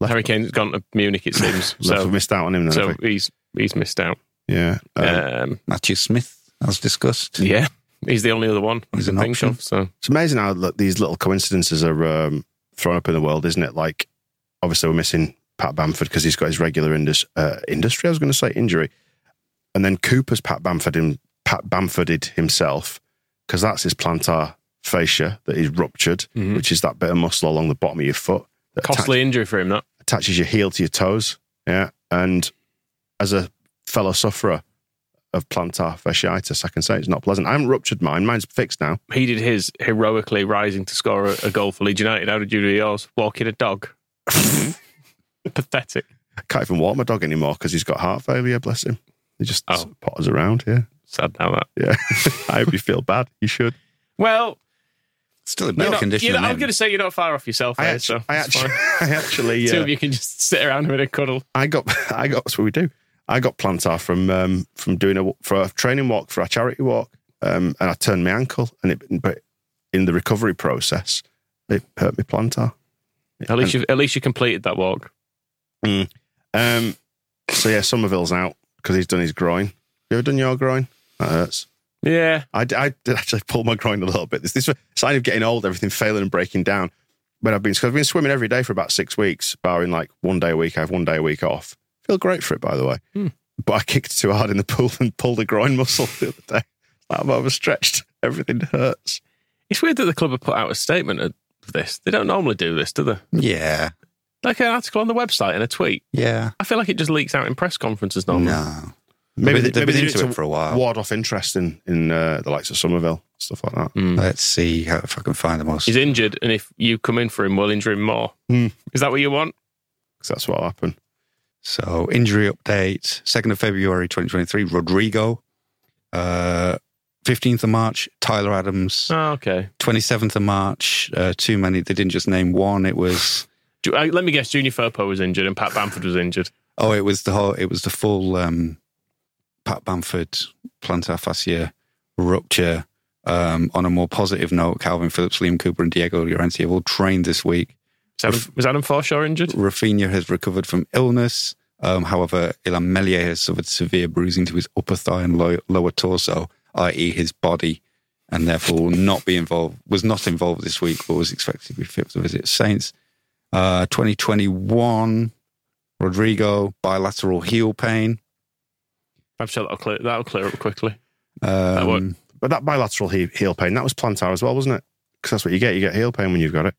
Speaker 1: Left-
Speaker 2: Harry Kane's gone to Munich. It seems
Speaker 1: So,
Speaker 2: so.
Speaker 1: we missed out on him then.
Speaker 2: So
Speaker 1: have we?
Speaker 2: he's he's missed out.
Speaker 1: yeah. Um,
Speaker 2: Um,
Speaker 3: Matthew Smith, as discussed.
Speaker 2: yeah, he's the only other one I
Speaker 3: He's
Speaker 2: can
Speaker 3: an
Speaker 2: think
Speaker 3: option.
Speaker 2: of. So
Speaker 1: It's amazing how look, these little coincidences are um, thrown up in the world, isn't it? Like, obviously, we're missing Pat Bamford because he's got his regular indus- uh, industry. I was going to say injury, and then Cooper's Pat Bamford him Pat Bamforded himself because that's his plantar fascia that is ruptured,
Speaker 2: Mhm.
Speaker 1: which is that bit of muscle along the bottom of your foot that atta-
Speaker 2: costly injury for him. That
Speaker 1: attaches your heel to your toes. Yeah, and as a fellow sufferer of plantar fasciitis, I can say it's not pleasant. I haven't ruptured mine; mine's fixed now.
Speaker 2: he did his heroically rising to score a, a goal for Leeds United. How did you do yours? Walking a dog. Pathetic.
Speaker 1: can't even walk my dog anymore because he's got heart failure. Bless him. They just
Speaker 2: Oh.
Speaker 1: sort of potters around. Yeah.
Speaker 2: Sad now that.
Speaker 1: Yeah. I hope you feel bad. You should.
Speaker 2: Well,
Speaker 3: Still in
Speaker 2: you're
Speaker 3: better
Speaker 2: not-
Speaker 3: condition.
Speaker 2: you're not-
Speaker 3: than
Speaker 2: I'm
Speaker 3: him.
Speaker 2: going to say you're not far off yourself.
Speaker 1: I
Speaker 2: there,
Speaker 1: actually,
Speaker 2: so
Speaker 1: I
Speaker 2: it's
Speaker 1: actually,
Speaker 2: fine.
Speaker 1: I actually,
Speaker 2: two
Speaker 1: uh,
Speaker 2: of you can just sit around having a cuddle.
Speaker 1: I got, I got. That's what we do. I got plantar from um, from doing a for a training walk for a charity walk, um, and I turned my ankle, and it, but in the recovery process, it hurt my plantar.
Speaker 2: At least you, at least you completed that walk.
Speaker 1: Um, so yeah, Somerville's out because he's done his groin. You ever done your groin? That hurts.
Speaker 2: Yeah,
Speaker 1: I, d- I did actually pull my groin a little bit. This this was a sign of getting old, everything failing and breaking down. But I've been, cause I've been swimming every day for about six weeks, barring like one day a week. I have one day a week off. Feel great for it, by the way.
Speaker 2: Hmm.
Speaker 1: But I kicked too hard in the pool and pulled a groin muscle the other day. I'm overstretched. Everything hurts.
Speaker 2: it's weird that the club have put out a statement of this. They don't normally do this, do they?
Speaker 3: Yeah.
Speaker 2: Like an article on the website and a tweet.
Speaker 3: Yeah.
Speaker 2: I feel like it just leaks out in press conferences normally.
Speaker 3: No.
Speaker 1: Maybe, they,
Speaker 3: they've
Speaker 1: maybe
Speaker 3: been
Speaker 1: they
Speaker 3: into
Speaker 1: do
Speaker 3: it for a while.
Speaker 1: Ward off interest in, in uh, the likes of Somerville, stuff like that.
Speaker 2: Mm.
Speaker 3: Let's see how, if I can find the most.
Speaker 2: He's injured, and if you come in for him, we'll injure him more.
Speaker 1: Hmm.
Speaker 2: Is that what you want?
Speaker 1: 'Cause that's what happened.
Speaker 3: So, injury update 2nd of February 2023, Rodrigo. Uh, 15th of March, Tyler Adams.
Speaker 2: Oh, okay.
Speaker 3: 27th of March, uh, too many. They didn't just name one. It was,
Speaker 2: Ju- uh, Let me guess. Junior Furpo was injured, and Pat Bamford was injured.
Speaker 3: oh, it was the whole, it was the full um, Pat Bamford plantar fascia rupture. Um, on a more positive note, Calvin Phillips, Liam Cooper, and Diego Llorente have all trained this week.
Speaker 2: Was Adam, was Adam Forshaw injured?
Speaker 3: Rafinha has recovered from illness. Um, however, Ilan Melier has suffered severe bruising to his upper thigh and low, lower torso, i.e., his body, and therefore will not be involved. Was not involved this week, but was expected to be fit to visit Saints. Uh, 2021, Rodrigo bilateral heel pain.
Speaker 2: I'm sure that'll clear. That'll clear up quickly.
Speaker 3: Um,
Speaker 2: won't-
Speaker 1: But that bilateral he- heel pain, that was plantar as well, wasn't it? Because that's what you get. You get heel pain when you've got it.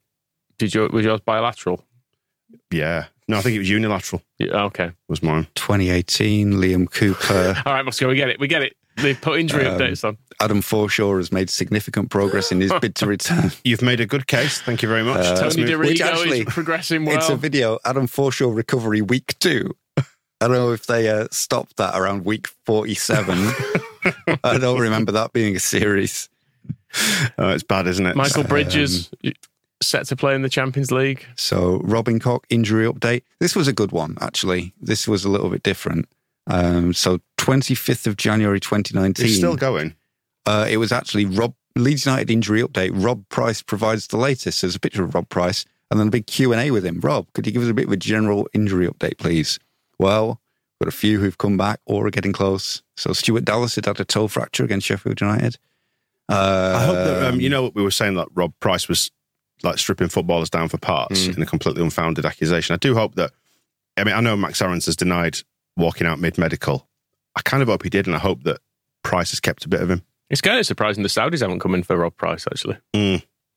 Speaker 2: Did you? Was yours bilateral?
Speaker 1: Yeah. No, I think it was unilateral.
Speaker 2: Yeah, okay.
Speaker 1: Was mine.
Speaker 3: 2018, Liam Cooper.
Speaker 2: All right, Moscow. We get it. We get it. They put injury
Speaker 3: Um,
Speaker 2: updates on.
Speaker 3: Adam Forshaw has made significant progress in his bid to return.
Speaker 1: You've made a good case. Thank you very much.
Speaker 3: Uh,
Speaker 1: Let's
Speaker 2: Tony
Speaker 1: move-
Speaker 3: DeRosa. which
Speaker 2: DiRigo
Speaker 3: actually-
Speaker 2: is progressing well.
Speaker 3: It's a video, Adam Forshaw recovery week two. I don't know if they uh, stopped that around week 47. I don't remember that being a series.
Speaker 1: Oh, it's bad, isn't it?
Speaker 2: Michael
Speaker 1: Uh,
Speaker 2: Bridges set to play in the Champions League.
Speaker 3: So, Robin Cock injury update. This was a good one, actually. This was a little bit different. Um, so, 25th of January 2019.
Speaker 1: He's still going.
Speaker 3: Uh, it was actually Rob Leeds United injury update. Rob Price provides the latest. There's a picture of Rob Price and then a big Q and A with him. Rob, could you give us a bit of a general injury update, please? Well, got a few who've come back or are getting close. So Stuart Dallas had had a toe fracture against Sheffield United. Uh,
Speaker 1: I hope that, um, you know, we were saying that Rob Price was like stripping footballers down for parts
Speaker 2: Mm.
Speaker 1: in a completely unfounded accusation. I do hope that, I mean, I know Max Aarons has denied walking out mid medical. I kind of hope he did, and I hope that Price has kept a bit of him.
Speaker 2: It's kind of surprising the Saudis haven't come in for Rob Price actually.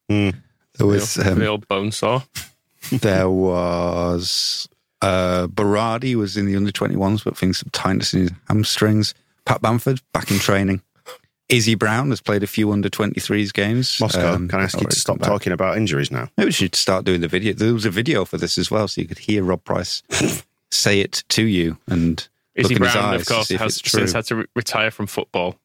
Speaker 3: there was
Speaker 2: the, old, the
Speaker 3: um,
Speaker 2: old bone saw.
Speaker 3: there was uh, Berardi was in the under 21s, but feeling some tightness in his hamstrings. Pat Bamford back in training. Izzy Brown has played a few under 23s games.
Speaker 1: Moscow,
Speaker 3: Um,
Speaker 1: can I ask you to
Speaker 3: already
Speaker 1: stop
Speaker 3: come back.
Speaker 1: talking about injuries now?
Speaker 3: Maybe we should start doing the video. There was a video for this as well, so you could hear Rob Price say it to you and
Speaker 2: Izzy
Speaker 3: look in his
Speaker 2: Brown,
Speaker 3: eyes
Speaker 2: of
Speaker 3: to
Speaker 2: course,
Speaker 3: see if
Speaker 2: has
Speaker 3: it's true.
Speaker 2: since had to re- retire from football.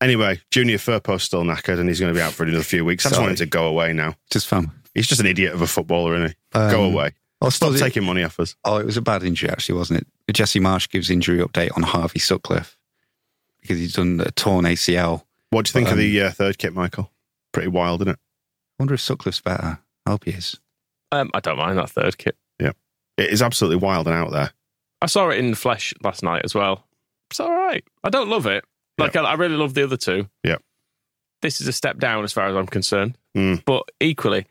Speaker 1: Anyway, Junior Furpo's still knackered and he's going to be out for another few weeks. I just
Speaker 3: Sorry.
Speaker 1: want him to go away now.
Speaker 3: Just fun.
Speaker 1: He's just an idiot of a footballer, isn't he?
Speaker 3: Um,
Speaker 1: go away.
Speaker 3: Oh,
Speaker 1: Stop
Speaker 3: was it-
Speaker 1: taking money off us.
Speaker 3: oh, it was a bad injury actually, wasn't it? Jesse Marsh gives injury update on Harvey Sutcliffe because he's done a torn ACL. I
Speaker 1: What do you think of
Speaker 3: Um,
Speaker 1: the uh, third kit, Michael? Pretty wild, isn't it?
Speaker 3: wonder if Sutcliffe's better. I hope he is.
Speaker 2: Um, I don't mind that third kit.
Speaker 1: It is absolutely wild and out there.
Speaker 2: I saw it in the flesh last night as well. It's all right. I don't love it. Like I, I really love the other two.
Speaker 1: Yep.
Speaker 2: This is a step down as far as I'm concerned.
Speaker 1: Mm.
Speaker 2: But equally,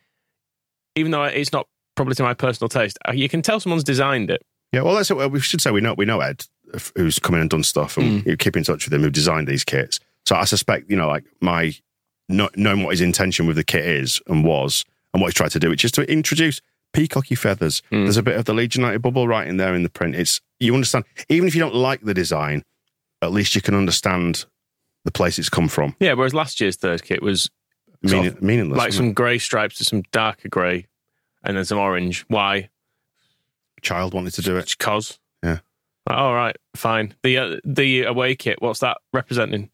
Speaker 2: even though it's not probably to my personal taste, uh, you can tell someone's designed it.
Speaker 1: Yeah, well, that's well, we should say we know we know Ed, f- who's come in and done stuff,
Speaker 2: Hmm.
Speaker 1: and you keep in touch with him, who designed these kits. So I suspect you know, like my kno- knowing what his intention with the kit is and was, and what he's tried to do, which is to introduce peacocky feathers.
Speaker 2: Mm.
Speaker 1: There's a bit of the Leeds United bubble right in there in the print. It's you understand, even if you don't like the design, at least you can understand the place it's come from.
Speaker 2: Yeah. Whereas last year's third kit was
Speaker 1: Meaning,
Speaker 2: Sort
Speaker 1: meaningless,
Speaker 2: like
Speaker 1: isn't
Speaker 2: some grey stripes to some darker grey, and then some orange. Why?
Speaker 1: it? child wanted to do it.
Speaker 2: Cause.
Speaker 1: Yeah.
Speaker 2: Like, all right, fine. The uh, the away kit, what's that representing?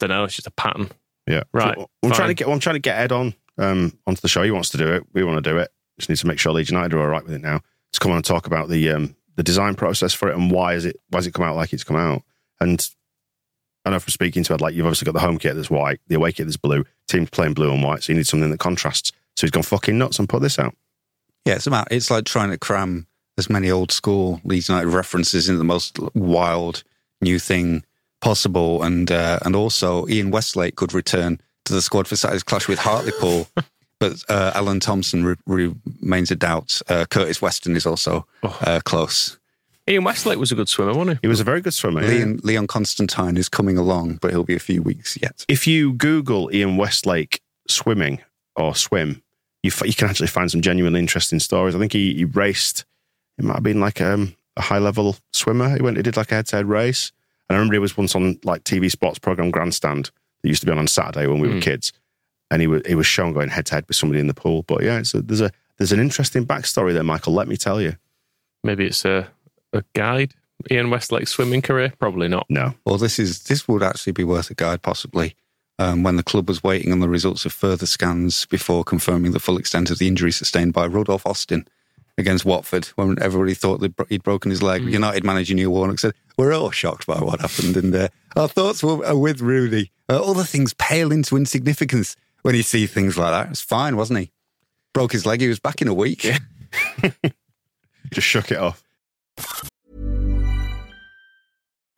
Speaker 2: Don't know. It's just a pattern.
Speaker 1: Yeah.
Speaker 2: Right,
Speaker 1: So I'm trying to
Speaker 2: fine.
Speaker 1: get. I'm trying to get Ed on um, onto the show. He wants to do it. We want to do it. Just need to make sure Leeds United are all right with it now. To come on and talk about the um, the design process for it and why is it why has it come out like it's come out. And I know from speaking to Ed, like you've obviously got the home kit that's white, the away kit that's blue. Team's playing blue and white, so you need something that contrasts. So he's gone fucking nuts and put this out.
Speaker 3: Yeah, it's about it's like trying to cram as many old school Leeds United references into the most wild new thing possible, and uh, and also Ian Westlake could return to the squad for Saturday's clash with Hartlepool, but uh, Alan Thompson re- remains a doubt. Uh, Curtis Weston is also uh, close.
Speaker 2: Ian Westlake was a good swimmer, wasn't
Speaker 1: He was a very good swimmer.
Speaker 3: Leon, Leon Constantine is coming along, but he'll be a few weeks yet.
Speaker 1: If you Google Ian Westlake swimming or swim, you f- you can actually find some genuinely interesting stories. I think he, he raced. It might have been like um, a high level swimmer. He went. He did like a head to head race. And I remember he was once on like TV sports program Grandstand that used to be on on Saturday when we were
Speaker 2: Mm.
Speaker 1: kids, and he was he was shown going head to head with somebody in the pool. But yeah, it's a, there's a there's an interesting backstory there, Michael. Let me tell you.
Speaker 2: he? Maybe it's a, a guide. Ian Westlake's swimming career? Probably not.
Speaker 1: No,
Speaker 3: Well, this is this would actually be worth a guide, possibly. Um, when the club was waiting on the results of further scans before confirming the full extent of the injury sustained by Rodolph Austin against Watford, when everybody thought that bro- he'd broken his
Speaker 2: Hmm.
Speaker 3: leg, United manager Neil Warnock said, "We're all shocked by what happened, and uh, our thoughts were are with Rooney. Uh, all the things pale into insignificance when you see things like that." It's fine, wasn't he? Broke his leg. He was back in a week.
Speaker 1: just shook it off.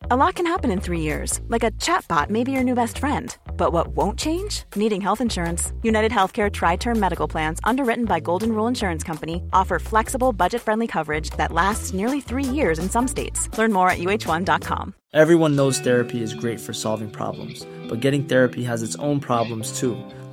Speaker 4: A lot can happen in three years, like a chatbot may be your new best friend. But what won't change? Needing health insurance. United Healthcare Tri Term Medical Plans, underwritten by Golden Rule Insurance Company, offer flexible, budget friendly coverage that lasts nearly three years in some states. Learn more at uh1.com.
Speaker 5: Everyone knows therapy is great for solving problems, but getting therapy has its own problems too,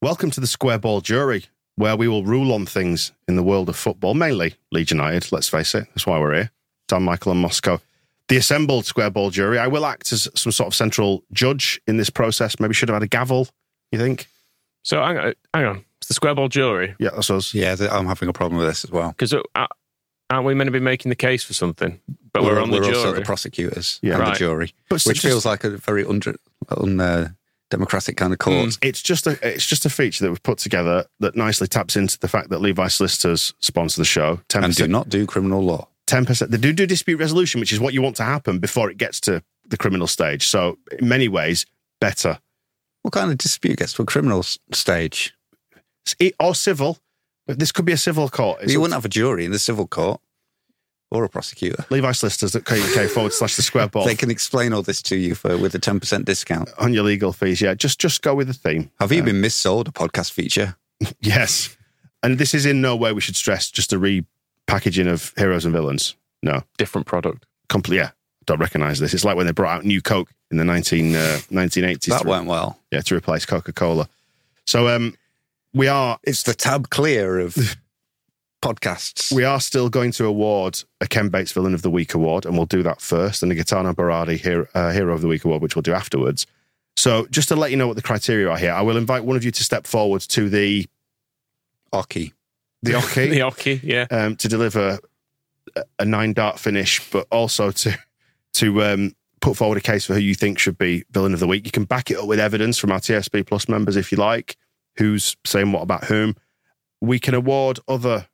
Speaker 1: Welcome to the Square Ball Jury, where we will rule on things in the world of football, mainly Leeds United, let's face it. That's why we're here. Dan Michael and Moscow. The assembled Square Ball Jury. I will act as some sort of central judge in this process. Maybe should have had a gavel, you think?
Speaker 2: So hang on. Hang on. It's the square ball jury.
Speaker 1: Yeah, that's us.
Speaker 3: yeah, th- I'm having a problem with this as well.
Speaker 2: Because uh, aren't we meant to be making the case for something? But we're, on the jury.
Speaker 3: also the prosecutors
Speaker 1: Yeah.
Speaker 3: and
Speaker 2: Right.
Speaker 3: the jury,
Speaker 1: But
Speaker 3: which
Speaker 1: so just-
Speaker 3: feels like a very undemocratic un, uh, democratic kind of court.
Speaker 1: It's just a it's just a feature that we've put together that nicely taps into the fact that Levi Solicitors sponsor the show. Ten
Speaker 3: And do
Speaker 1: percent
Speaker 3: not do criminal law.
Speaker 1: ten percent. They do do dispute resolution, which is what you want to happen before it gets to the criminal stage. So in many ways, better.
Speaker 3: What kind of dispute gets to a criminal s- stage?
Speaker 1: it, or civil. But this could be a civil court. It's
Speaker 3: you wouldn't have a jury in the civil court or a prosecutor.
Speaker 1: Levi Solicitors at UK forward slash the square ball
Speaker 3: They can explain all this to you for with a ten percent discount.
Speaker 1: on your legal fees. Yeah, just just go with the theme.
Speaker 3: Have you
Speaker 1: Um,
Speaker 3: been missold a podcast feature?
Speaker 1: Yes, and this is in no way we should stress just a repackaging of heroes and villains. No,
Speaker 2: Different product.
Speaker 1: complete. Yeah, don't recognise this. It's like when they brought out New Coke in the 19, uh, 1980s.
Speaker 3: That
Speaker 1: to,
Speaker 3: went well.
Speaker 1: Yeah, to replace Coca Cola. So um, we are
Speaker 3: It's the tab clear of podcasts.
Speaker 1: We are still going to award a Ken Bates Villain of the Week award, and we'll do that first, and a Gaetano Barardi Hero, uh, Hero of the Week award, which we'll do afterwards. So, just to let you know what the criteria are here, I will invite one of you to step forward to the
Speaker 3: Ocky.
Speaker 1: the
Speaker 2: The
Speaker 1: hockey
Speaker 2: hockey, yeah.
Speaker 1: um, to deliver a- a nine dart finish, but also to to um, put forward a case for who you think should be Villain of the Week. You can back it up with evidence from our TSB Plus members if you like, who's saying what about whom. We can award other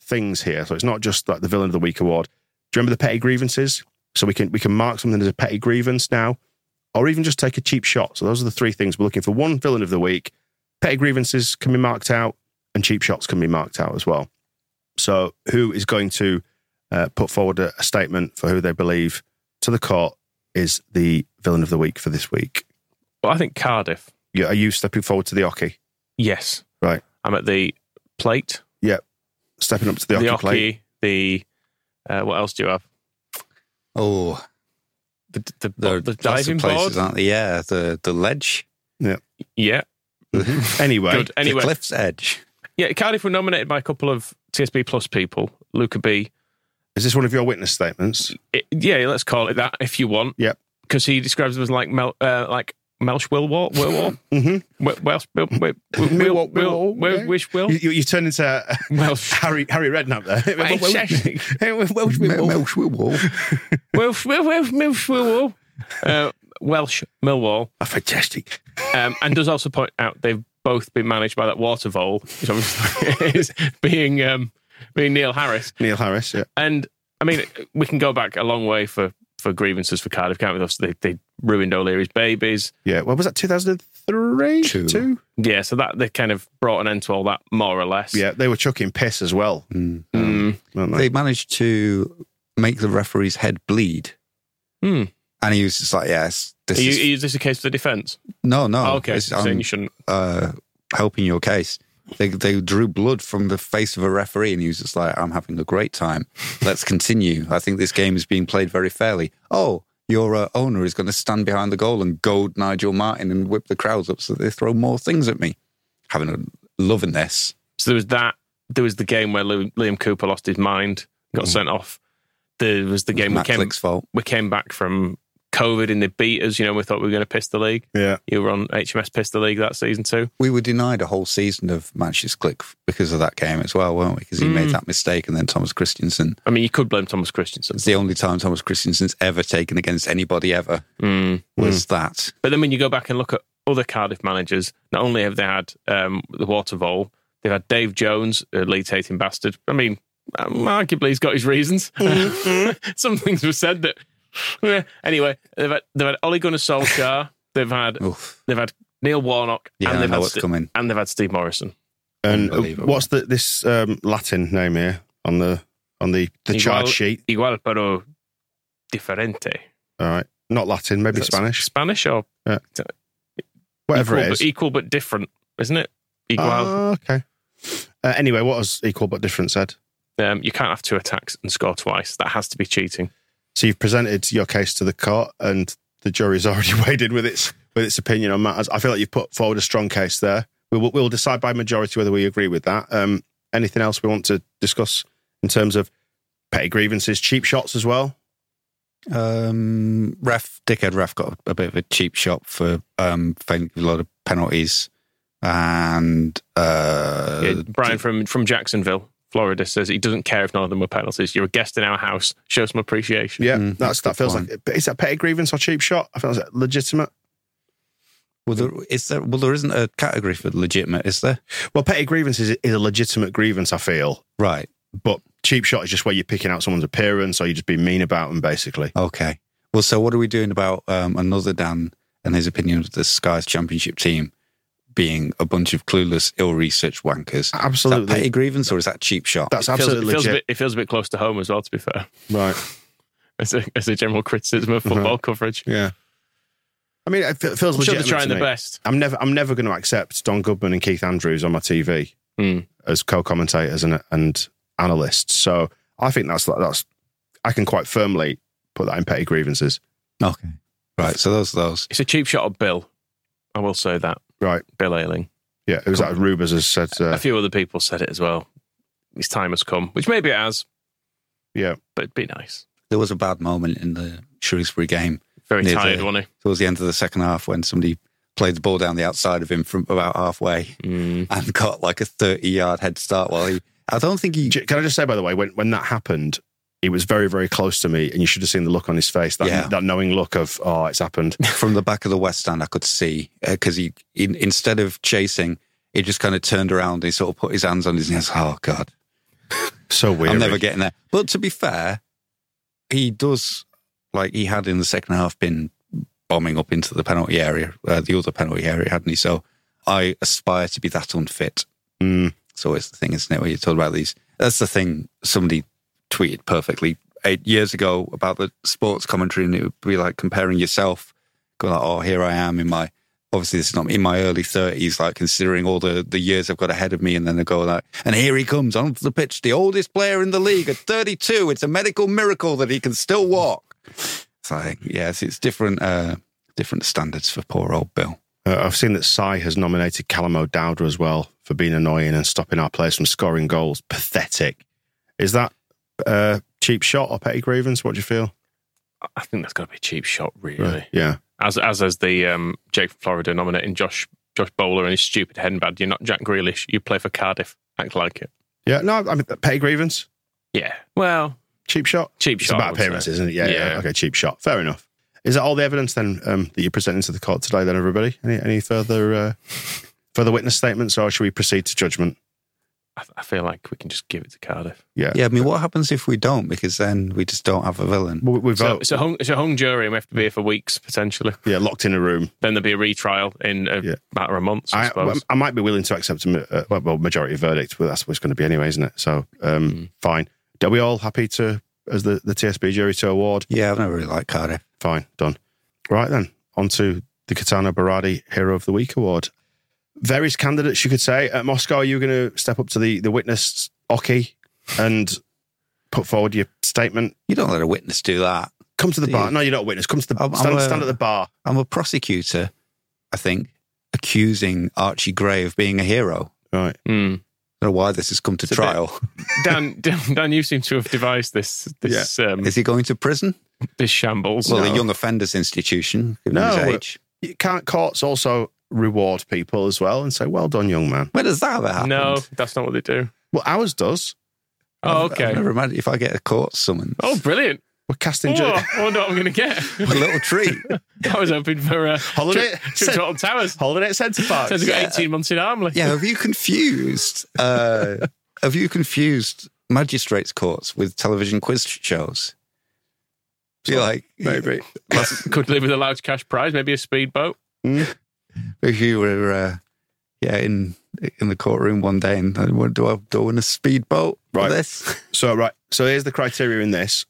Speaker 1: things here. So it's not just like the Villain of the Week award. Do you remember the petty grievances? So we can we can mark something as a petty grievance now, or even just take a cheap shot. So those are the three things we're looking for. One villain of the week, petty grievances can be marked out, and cheap shots can be marked out as well. So who is going to uh, put forward a, a statement for who they believe to the court is the villain of the week for this week?
Speaker 2: Well, I think Cardiff.
Speaker 1: You, are you stepping forward to the hockey?
Speaker 2: Yes.
Speaker 1: Right.
Speaker 2: I'm at the plate.
Speaker 1: Stepping up to the,
Speaker 2: the
Speaker 1: hockey plate.
Speaker 2: hockey. The uh, what else do you have?
Speaker 3: Oh,
Speaker 2: The the,
Speaker 3: there
Speaker 2: the, the
Speaker 3: are lots
Speaker 2: diving
Speaker 3: of
Speaker 2: board.
Speaker 3: places, aren't there? Yeah, the, the ledge,
Speaker 2: Yeah.
Speaker 1: Anyway,
Speaker 2: Good. Anyway,
Speaker 3: the cliff's edge.
Speaker 2: yeah. Cardiff were nominated by a couple of TSB Plus people. Luca B.
Speaker 1: is this one of your witness statements?
Speaker 2: it- yeah, let's call it that if you want.
Speaker 1: Yep.
Speaker 2: Because he describes them as like Mel, uh, like Welsh Wilwar, Wilwar,
Speaker 1: Mm-hmm.
Speaker 2: Wel- Welsh Wil, Wil, Wil,
Speaker 1: Millwall,
Speaker 2: Wil,
Speaker 1: Millwall,
Speaker 2: Wil,
Speaker 1: yeah.
Speaker 2: Wish Will,
Speaker 1: You, you, you turned into uh,
Speaker 2: Welsh,
Speaker 1: Harry Harry Redknapp there.
Speaker 2: Exactly.
Speaker 1: Welsh- Welsh-
Speaker 3: Mel-
Speaker 1: Welsh-
Speaker 3: Melchwill Wall.
Speaker 2: Welsh, Wil- Wil- Welsh Wilwar, Uh, Welsh Millwall,
Speaker 1: Oh, Fantastic.
Speaker 2: um, and does also point out they've both been managed by that water vole, which obviously is being um, being Neil Harris.
Speaker 1: Neil Harris. Yeah.
Speaker 2: And I mean, we can go back a long way for for grievances for Cardiff, can't we? Obviously, They, they ruined O'Leary's babies.
Speaker 1: Yeah. What was that? Two thousand and three.
Speaker 3: Two.
Speaker 2: Yeah, so that they kind of brought an end to all that, more or less.
Speaker 1: Yeah, they were chucking piss as well, Um,
Speaker 3: Mm.
Speaker 2: Mm.
Speaker 1: weren't they?
Speaker 3: They managed to make the referee's head bleed,
Speaker 2: Hmm.
Speaker 3: and he was just like, "Yes, this
Speaker 2: Are you,
Speaker 3: is
Speaker 2: are you- is this a case for the defence?
Speaker 3: no, no."
Speaker 2: Oh, okay,
Speaker 3: this-
Speaker 2: so you're
Speaker 3: I'm,
Speaker 2: saying you shouldn't.
Speaker 3: uh, helping your case. They, they drew blood from the face of a referee, and he was just like, I'm having a great time. Let's continue. I think this game is being played very fairly. Oh, your uh, owner is going to stand behind the goal and goad Nigel Martin and whip the crowds up so they throw more things at me. Having a loving this.
Speaker 2: So there was that. There was the game where Lu- Liam Cooper lost his mind, got sent off. There was the game we
Speaker 3: Matt
Speaker 2: came
Speaker 3: Flick's fault.
Speaker 2: we came back from COVID and they beat us. You know, we thought we were going to piss the league.
Speaker 1: Yeah.
Speaker 2: You were on HMS Piss the League that season too.
Speaker 3: We were denied a whole season of matches click because of that game as well, weren't we? Because he
Speaker 2: Mm.
Speaker 3: made that mistake, and then Thomas Christensen.
Speaker 2: I mean, you could blame Thomas Christensen.
Speaker 3: It's the only time Thomas Christensen's ever taken against anybody ever
Speaker 2: Mm.
Speaker 3: was that.
Speaker 2: But then when you go back and look at other Cardiff managers, not only have they had um, the water vole, they've had Dave Jones, a Leeds hating bastard. I mean, um, arguably he's got his reasons. Some things were said that. Yeah. Anyway, they've had, they've had Ole Gunnar Solskjaer, they've had
Speaker 3: Oof.
Speaker 2: they've had Neil Warnock,
Speaker 3: Yeah,
Speaker 2: and
Speaker 3: I
Speaker 2: they've
Speaker 3: know
Speaker 2: had
Speaker 3: what's
Speaker 2: Ste-
Speaker 3: coming.
Speaker 2: and they've had Steve Morrison.
Speaker 1: And uh,
Speaker 3: Unbelievable.
Speaker 1: what's the this um, Latin name here on the on the the charge
Speaker 2: Igual-
Speaker 1: sheet?
Speaker 2: Igual pero diferente.
Speaker 1: All right, not Latin, maybe
Speaker 2: Is that
Speaker 1: Spanish,
Speaker 2: Spanish or
Speaker 1: whatever
Speaker 2: equal,
Speaker 1: it is.
Speaker 2: But, equal but different, isn't it? Igual.
Speaker 1: Ah, okay. Uh, anyway, what was equal but different said?
Speaker 2: um, you can't have two attacks and score twice. That has to be cheating.
Speaker 1: So you've presented your case to the court, and the jury's already weighed in with its with its opinion on matters. I feel like you've put forward a strong case there. We will we'll decide by majority whether we agree with that. Um, anything else we want to discuss in terms of petty grievances, cheap shots as well?
Speaker 3: Um, ref dickhead ref got a bit of a cheap shot for um failing a lot of penalties, and uh,
Speaker 2: Yeah, Brian from from Jacksonville, Florida, says he doesn't care if none of them were penalties. You're a guest in our house. Show some appreciation.
Speaker 1: Yeah,
Speaker 3: Mm,
Speaker 1: that's,
Speaker 3: that's
Speaker 1: that
Speaker 3: good
Speaker 1: feels
Speaker 3: point.
Speaker 1: like. But is that petty grievance or cheap shot? I feel like legitimate.
Speaker 3: well, there, is there well there isn't a category for legitimate, is there?
Speaker 1: Well, petty grievance is, is a legitimate grievance. I feel,
Speaker 3: Right.
Speaker 1: but cheap shot is just where you're picking out someone's appearance or you just being mean about them, basically.
Speaker 3: Okay. Well, so what are we doing about um, another Dan and his opinion of the Skies Championship team being a bunch of clueless, ill-researched wankers? Is that
Speaker 1: Absolutely,
Speaker 3: petty grievance or is that cheap shot?
Speaker 1: that's
Speaker 2: It feels, it,
Speaker 1: absolutely
Speaker 2: feels a
Speaker 1: legit.
Speaker 2: bit, it feels a bit close to home as well, to be fair,
Speaker 1: right.
Speaker 2: as a, as a general criticism
Speaker 1: Uh-huh.
Speaker 2: of football coverage.
Speaker 1: Yeah. I mean, it fe- feels
Speaker 2: I'm sure
Speaker 1: legitimate
Speaker 2: they're trying
Speaker 1: to
Speaker 2: the
Speaker 1: me.
Speaker 2: best.
Speaker 1: I'm never, I'm never going to accept Don Goodman and Keith Andrews on my TV
Speaker 2: Hmm.
Speaker 1: as co-commentators and and analysts. So I think that's that's I can quite firmly put that in petty grievances.
Speaker 3: okay. Right. So those are those.
Speaker 2: It's a cheap shot of Bill. I will say that.
Speaker 1: Right.
Speaker 2: Bill Ailing.
Speaker 1: Yeah, it was that Rubers has said. Uh,
Speaker 2: a few other people said it as well. His time has come, which maybe it has,
Speaker 1: yeah,
Speaker 2: but it'd be nice.
Speaker 3: There was a bad moment in the Shrewsbury game
Speaker 2: Very
Speaker 3: Neither.
Speaker 2: tired, wasn't
Speaker 3: towards the end of the second half when somebody played the ball down the outside of him from about halfway
Speaker 2: he? Mm.
Speaker 3: and got like a 30 yard head start while he I don't think he
Speaker 1: J- can I just say by the way, when when that happened, it was very very close to me, and you should have seen the look on his face. That
Speaker 3: Yeah.
Speaker 1: that knowing look of oh, it's happened.
Speaker 3: from the back of the west stand I could see because he in, instead of chasing he just kind of turned around and he sort of put his hands on his knees oh god
Speaker 1: So weird.
Speaker 3: I'm never getting there but to be fair he does Like he had in the second half been bombing up into the penalty area, uh, the other penalty area, hadn't he? So I aspire to be that unfit.
Speaker 1: Mm.
Speaker 3: It's always the thing, isn't it? When you talk about these, that's the thing. Somebody tweeted perfectly eight years ago about the sports commentary, and it would be like comparing yourself, going like, "Oh, here I am in my obviously this is not in my early thirties, like considering all the the years I've got ahead of me." And then they go like, "And here he comes on the pitch, the oldest player in the league at 32. It's a medical miracle that he can still walk." It's like, yes, it's different, uh, different standards for poor old Bill.
Speaker 1: Uh, I've seen that Sai has nominated Callum O'Dowda as well for being annoying and stopping our players from scoring goals. Pathetic. Is that uh, cheap shot or petty grievance? What do you feel?
Speaker 2: I think that's got to be a cheap shot, really.
Speaker 1: Yeah.
Speaker 2: As as as the um, Jake from Florida nominating Josh Josh Bowler and his stupid handbag. You're not Jack Grealish. You play for Cardiff. Act like it.
Speaker 1: Yeah. No, I mean, petty grievance,
Speaker 2: Yeah. Well,
Speaker 1: cheap shot.
Speaker 2: cheap
Speaker 1: It's
Speaker 2: shot. I
Speaker 1: about
Speaker 2: would say.
Speaker 1: appearances, isn't it? Yeah, yeah.
Speaker 2: Yeah.
Speaker 1: Okay, cheap shot. Fair enough. Is that all the evidence then um, that you're presenting to the court today, then, everybody? Any, any further uh, further witness statements, or should we proceed to judgment?
Speaker 2: I, I feel like we can just give it to Cardiff.
Speaker 1: Yeah.
Speaker 3: Yeah, I mean, what happens if we don't? Because then we just don't have a villain.
Speaker 1: We, we
Speaker 2: So
Speaker 1: vote.
Speaker 2: it's a hung, it's a hung jury, and we have to be here for weeks potentially.
Speaker 1: yeah, locked in a room.
Speaker 2: Then there'll be a retrial in a
Speaker 1: Yeah.
Speaker 2: matter of months, I,
Speaker 1: I,
Speaker 2: suppose.
Speaker 1: I might be willing to accept a ma- uh, well, well, majority verdict, but that's what it's going to be anyway, isn't it? So, um,
Speaker 2: Mm.
Speaker 1: fine. Are we all happy to, as the, the TSB jury, to award?
Speaker 3: Yeah, I've never really liked Cardiff.
Speaker 1: Fine, done. Right then, on to the Katana Barati Hero of the Week award. Various candidates, you could say. At Moscow, are you going to step up to the, the witness, Oki, and put forward your statement?
Speaker 3: You don't let a witness do that.
Speaker 1: Come to the
Speaker 3: Yeah.
Speaker 1: bar. No, you're not a witness. Come to the
Speaker 3: I'm-
Speaker 1: bar.
Speaker 3: I'm
Speaker 1: Stand,
Speaker 3: a-
Speaker 1: stand at the bar.
Speaker 3: I'm a prosecutor, I think, accusing Archie Gray of being a hero.
Speaker 1: Right.
Speaker 2: Hmm.
Speaker 3: I don't know why this has come to
Speaker 2: a bit-
Speaker 3: trial.
Speaker 2: Dan, Dan, Dan, you seem to have devised this this um,
Speaker 3: Is he going to prison?
Speaker 2: this shambles.
Speaker 3: Well,
Speaker 2: No.
Speaker 3: the young offenders institution, given
Speaker 1: No,
Speaker 3: his
Speaker 1: it-
Speaker 3: age.
Speaker 1: You can't courts also reward people as well and say, well done, young man.
Speaker 3: When does that ever happen?
Speaker 2: no, that's not what they do.
Speaker 1: Well, ours does.
Speaker 2: Oh, okay.
Speaker 3: I've never imagined if I get a court summons.
Speaker 2: Oh, brilliant!
Speaker 1: We're casting. ju-
Speaker 2: Oh, I wonder what I'm going to get.
Speaker 3: a little treat.
Speaker 2: I was hoping for uh,
Speaker 1: Holiday-
Speaker 2: trip, trip to Alton Towers.
Speaker 1: Holiday at Centre Park.
Speaker 2: Says I've got 18 months in Armley.
Speaker 3: Oh, uh, yeah, have you confused? Uh, have you confused magistrates' courts with television quiz shows? Be like,
Speaker 1: Maybe.
Speaker 2: could live with a large cash prize, maybe a speedboat.
Speaker 3: if you were uh, yeah in in the courtroom one day and I went, do I do I win a speedboat
Speaker 1: Right.
Speaker 3: for this?
Speaker 1: So right, so here's the criteria in this.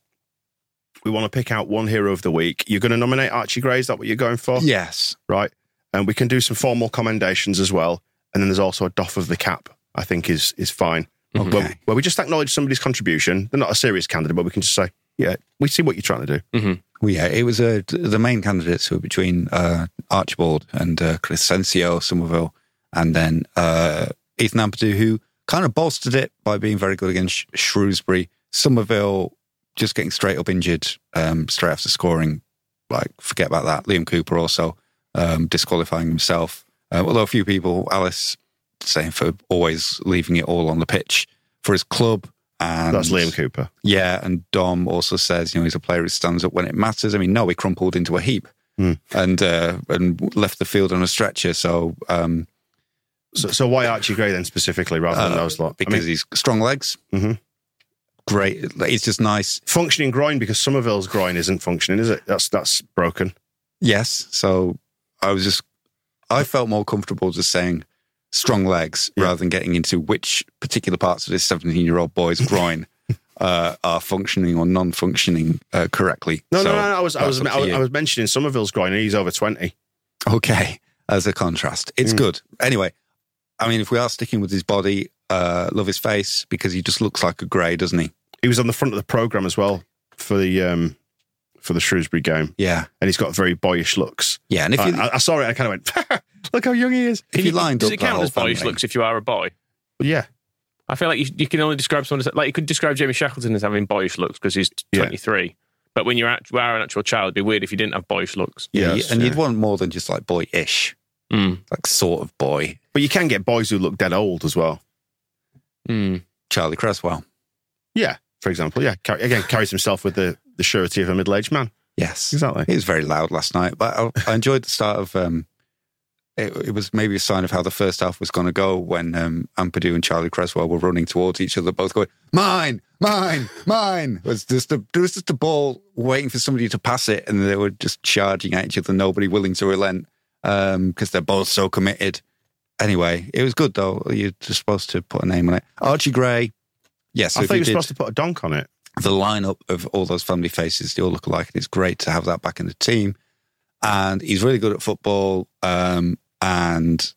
Speaker 1: We want to pick out one hero of the week. You're going to nominate Archie Gray. Is that what you're going for?
Speaker 3: yes.
Speaker 1: Right. And we can do some formal commendations as well. And then there's also a doff of the cap. I think is is fine.
Speaker 3: Okay.
Speaker 1: Where, where we just acknowledge somebody's contribution. They're not a serious candidate, but we can just say, yeah, we see what you're trying to do.
Speaker 3: Well, yeah, it was uh, the main candidates were between uh, Archibald and uh, Crescencio Somerville, and then uh, Ethan Ampadu, who kind of bolstered it by being very good against Sh- Shrewsbury. Somerville just getting straight up injured um, straight after scoring. Like, forget about that. Liam Cooper also um, disqualifying himself. Uh, although a few people, Alice saying for always leaving it all on the pitch for his club. And
Speaker 1: That's Liam Cooper.
Speaker 3: yeah, and Dom also says, you know, he's a player who stands up when it matters. I mean, no, he crumpled into a heap
Speaker 1: Hmm.
Speaker 3: and uh, and left the field on a stretcher. So um,
Speaker 1: So, so why Archie Gray then specifically rather than
Speaker 3: uh,
Speaker 1: those lot? I
Speaker 3: because
Speaker 1: mean,
Speaker 3: he's strong legs,
Speaker 1: Mhm.
Speaker 3: great. Like, It's just nice.
Speaker 1: functioning groin because Somerville's groin isn't functioning, is it? That's that's broken.
Speaker 3: Yes. So I was just, I felt more comfortable just saying strong legs
Speaker 1: Yeah.
Speaker 3: rather than getting into which particular parts of this 17 year old boy's groin. Uh, are functioning or non-functioning uh, correctly?
Speaker 1: No,
Speaker 3: So
Speaker 1: no, no, no. I was I was,
Speaker 3: that's up to
Speaker 1: I was
Speaker 3: you.
Speaker 1: I was mentioning Somerville's groin, and he's over twenty.
Speaker 3: Okay, as a contrast, it's
Speaker 1: Mm.
Speaker 3: good. Anyway, I mean, if we are sticking with his body, uh, love his face because he just looks like a grey, doesn't he?
Speaker 1: he was on the front of the program as well for the um for the Shrewsbury game,
Speaker 3: Yeah,
Speaker 1: and he's got very boyish looks.
Speaker 3: yeah. And if
Speaker 1: I,
Speaker 3: you
Speaker 1: I, I saw it, I kind of went, "Look how young he is."
Speaker 3: if you lined
Speaker 2: Does
Speaker 3: up
Speaker 2: it
Speaker 3: that
Speaker 2: count
Speaker 3: whole
Speaker 2: as boyish
Speaker 3: family-
Speaker 2: looks if you are a boy?
Speaker 1: But yeah,
Speaker 2: I feel like you, you can only describe someone as like you could describe Jamie Shackleton as having boyish looks because he's
Speaker 1: Yeah.
Speaker 2: 23. But when you're act- you are an actual child, it'd be weird if you didn't have boyish looks.
Speaker 3: yeah,
Speaker 1: Yes,
Speaker 3: and
Speaker 1: yeah.
Speaker 3: you'd want more than just like boyish,
Speaker 2: Mm.
Speaker 3: like sort of boy.
Speaker 1: but you can get boys who look dead old as well.
Speaker 2: Mm.
Speaker 3: Charlie Creswell,
Speaker 1: Yeah, for example, yeah. Car- again, carries himself with the the surety of a middle aged man.
Speaker 3: yes,
Speaker 1: Exactly.
Speaker 3: He was very loud last night, but I, I enjoyed the start of um, it, it was maybe a sign of how the first half was going to go when um, Ampadu and Charlie Creswell were running towards each other, both going "mine, mine, mine." It was just a, there was just a ball waiting for somebody to pass it, and they were just charging at each other, nobody willing to relent because they're both so committed. Anyway, it was good though. You're just supposed to put a name on it. Archie Gray. Yes,
Speaker 1: I
Speaker 3: if
Speaker 1: thought you were
Speaker 3: did-
Speaker 1: supposed to put a donk on it.
Speaker 3: the lineup of all those family faces, they all look alike, and it's great to have that back in the team. And he's really good at football. Um, and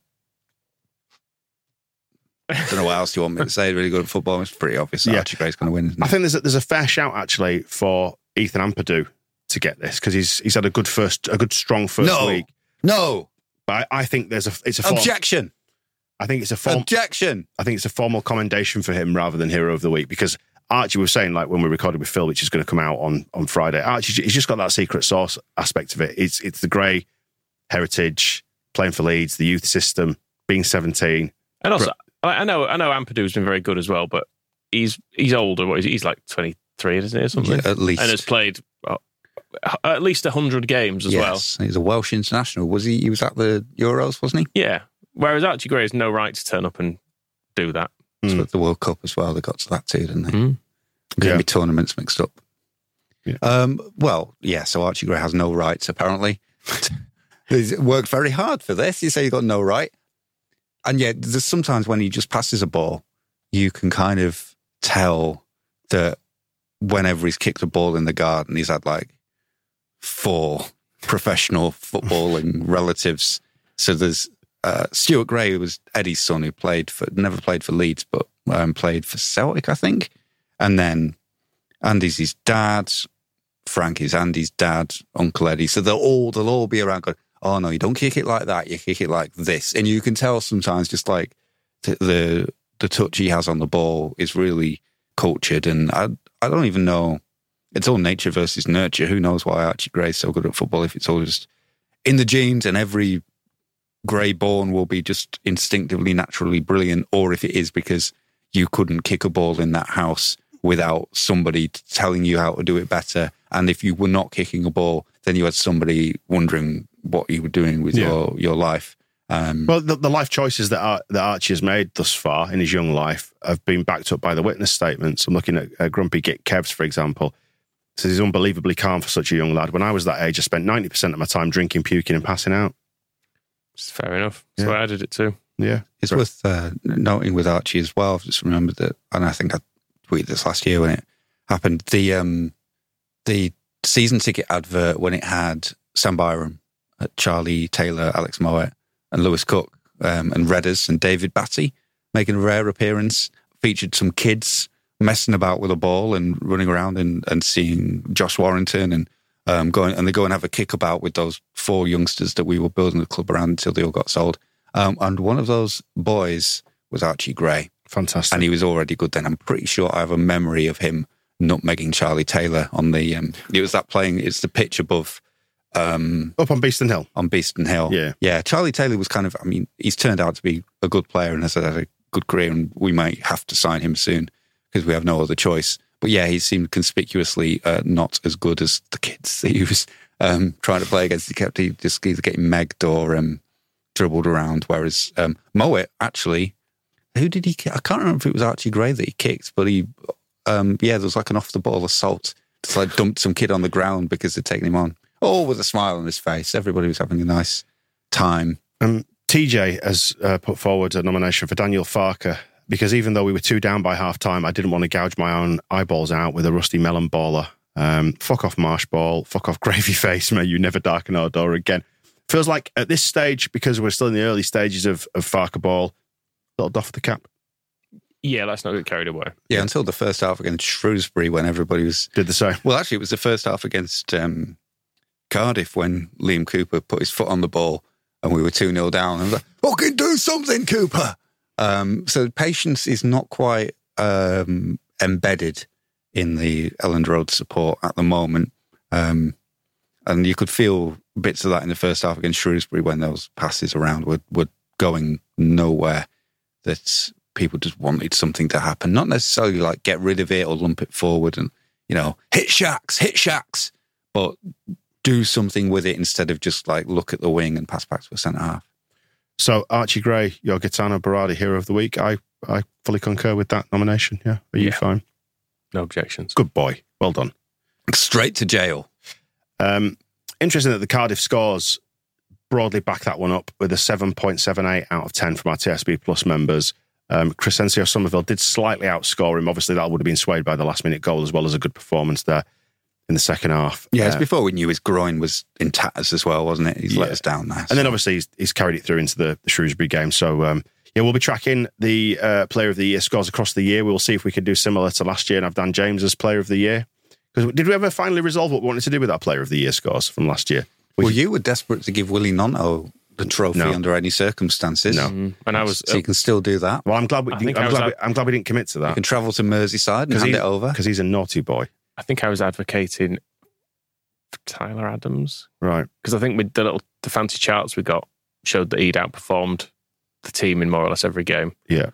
Speaker 3: I don't know what else you want me to say. Really good at football. It's pretty obvious. that
Speaker 1: Yeah.
Speaker 3: Archie Gray's going to win. Isn't
Speaker 1: I
Speaker 3: it?
Speaker 1: think there's a, there's a fair shout actually for Ethan Ampadu to get this because he's he's had a good first a good strong first
Speaker 3: No.
Speaker 1: week.
Speaker 3: no
Speaker 1: But I, I think there's a it's a form,
Speaker 3: objection.
Speaker 1: I think it's a form,
Speaker 3: Objection.
Speaker 1: I think it's a formal commendation for him rather than hero of the week because Archie was saying like when we recorded with Phil, which is going to come out on on Friday. Archie, he's just got that secret sauce aspect of it. It's it's the grey heritage playing for Leeds, the youth system, being 17.
Speaker 2: And also, I I know I know Ampadu's been very good as well, but he's he's older. What is he? He's like twenty three, isn't he, or something?
Speaker 3: Yeah, at least.
Speaker 2: And has played uh, at least hundred games as well.
Speaker 3: yes, he's a Welsh international. Was he? He was at the Euros, wasn't
Speaker 2: Yeah. Whereas Archie Gray has no right to turn up and do that.
Speaker 3: he?
Speaker 1: Mm.
Speaker 3: So at the World Cup as well, they got to that too, didn't they?
Speaker 2: Mm.
Speaker 3: Getting
Speaker 1: Yeah.
Speaker 3: me tournaments mixed up.
Speaker 1: Yeah.
Speaker 3: Um, well, yeah, so Archie Gray has no rights, apparently. He's worked very hard for this. You say you got no right. And yet, there's sometimes when he just passes a ball, you can kind of tell that whenever he's kicked a ball in the garden, he's had like four professional footballing relatives. So there's uh, Stuart Gray, who was Eddie's son, who played for never played for Leeds, but um, played for Celtic, I think. And then Andy's his dad, Frank is Andy's dad, Uncle Eddie. So they'll all they'll all be around going, Oh no, you don't kick it like that, you kick it like this. And you can tell sometimes just like the the, the touch he has on the ball is really cultured and I I don't even know it's all nature versus nurture. Who knows why Archie Gray's so good at football if it's all just in the genes and every grey born will be just instinctively naturally brilliant, or if it is because you couldn't kick a ball in that house without somebody t- telling you how to do it better. And if you were not kicking a ball, then you had somebody wondering what you were doing with
Speaker 1: Yeah.
Speaker 3: your, your life. Um,
Speaker 1: Well, the, the life choices that, Ar- that Archie has made thus far in his young life have been backed up by the witness statements. I'm looking at uh, Grumpy Git Kevs, for example. Says he's unbelievably calm for such a young lad. When I was that age, I spent 90% of my time drinking, puking, and passing out.
Speaker 2: It's fair enough. So
Speaker 1: Yeah.
Speaker 2: I did it too.
Speaker 1: Yeah.
Speaker 3: It's worth uh, noting with Archie as well. I've just remembered that, and I think I tweeted this last year when it happened. The um, the season ticket advert when it had Sam Byram, uh, Charlie Taylor, Alex Mowat, and Lewis Cook, um, and Redders and David Batty making a rare appearance. Featured some kids messing about with a ball and running around and, and seeing Josh Warrington and um, going and they go and have a kick about with those four youngsters that we were building the club around until they all got sold. Um, and one of those boys was Archie Gray,
Speaker 1: Fantastic.
Speaker 3: and he was already good then. I'm pretty sure I have a memory of him nutmegging Charlie Taylor on the. Um, it was that playing. It's the pitch above um,
Speaker 1: Up on Beeston Hill.
Speaker 3: on Beeston Hill.
Speaker 1: Yeah.
Speaker 3: yeah. Charlie Taylor was kind of. I mean, he's turned out to be a good player and has had a good career, and we might have to sign him soon because we have no other choice. But yeah, he seemed conspicuously uh, not as good as the kids that he was um, trying to play against. He kept he just either getting megged or um, dribbled around. Whereas um, Mowat actually, who did he? ki- I can't remember if it was Archie Gray that he kicked, but he, um, yeah, there was like an off the ball assault. Just like dumped some kid on the ground because they'd taken him on. All with a smile on his face. Everybody was having a nice time.
Speaker 1: Um, TJ has uh, put forward a nomination for Daniel Farker because even though we were two down by half time, I didn't want to gouge my own eyeballs out with a rusty melon baller. Um, fuck off, marsh ball. Fuck off, gravy face. May you never darken our door again. Feels like at this stage, because we're still in the early stages of, of Farker ball, little doff the cap.
Speaker 2: Yeah, let's not get carried away.
Speaker 3: Yeah, until the first half against Shrewsbury when everybody was
Speaker 1: Did the same.
Speaker 3: Well, actually, it was the first half against um, Cardiff when Liam Cooper put his foot on the ball and we were 2 0 down. I was like, fucking do something, Cooper. Um, so patience is not quite um, embedded in the Elland Road support at the moment. Um, and you could feel bits of that in the first half against Shrewsbury when those passes around were, were going nowhere, that people just wanted something to happen. Not necessarily like get rid of it or lump it forward and you know, hit shacks, hit shacks, but do something with it instead of just like look at the wing and pass back to a centre half.
Speaker 1: So Archie Gray, your Gitano Baradi Hero of the Week. I, I fully concur with that nomination. Yeah. Are you
Speaker 2: Yeah.
Speaker 1: fine?
Speaker 2: No objections.
Speaker 1: Good boy. Well done.
Speaker 3: Straight to jail.
Speaker 1: Um, interesting that the Cardiff scores broadly back that one up with a 7.78 out of 10 from our TSB Plus members. Um, Crescencio Somerville did slightly outscore him. Obviously, that would have been swayed by the last minute goal as well as a good performance there in the second half.
Speaker 3: Yeah, it's
Speaker 1: Uh,
Speaker 3: before we knew his groin was in tatters as well, wasn't it? He's let
Speaker 1: Yeah.
Speaker 3: us down there.
Speaker 1: and then obviously he's, he's carried it through into the, the Shrewsbury game. So um, yeah, we'll be tracking the uh, Player of the Year scores across the year. We'll see if we can do similar to last year and have Dan James as Player of the Year. Because did we ever finally resolve what we wanted to do with our Player of the Year scores from last year? We-
Speaker 3: well, you were desperate to give Willie Nonto the trophy
Speaker 1: No.
Speaker 3: under any circumstances.
Speaker 1: No.
Speaker 2: Mm. And I was
Speaker 1: uh,
Speaker 3: so you can still do that.
Speaker 1: Well, I'm glad we.
Speaker 2: I
Speaker 1: didn't-
Speaker 2: think I
Speaker 1: I'm,
Speaker 2: was
Speaker 1: glad we
Speaker 2: at-
Speaker 1: I'm glad we didn't commit to
Speaker 3: You
Speaker 1: that
Speaker 3: can travel to Merseyside and hand
Speaker 1: he-
Speaker 3: it over.
Speaker 1: because he's a naughty boy,
Speaker 2: I think I was advocating Tyler Adams
Speaker 1: right?
Speaker 2: because I think with the little the fancy charts we got showed that he'd outperformed the team in more or less every game.
Speaker 1: Yeah,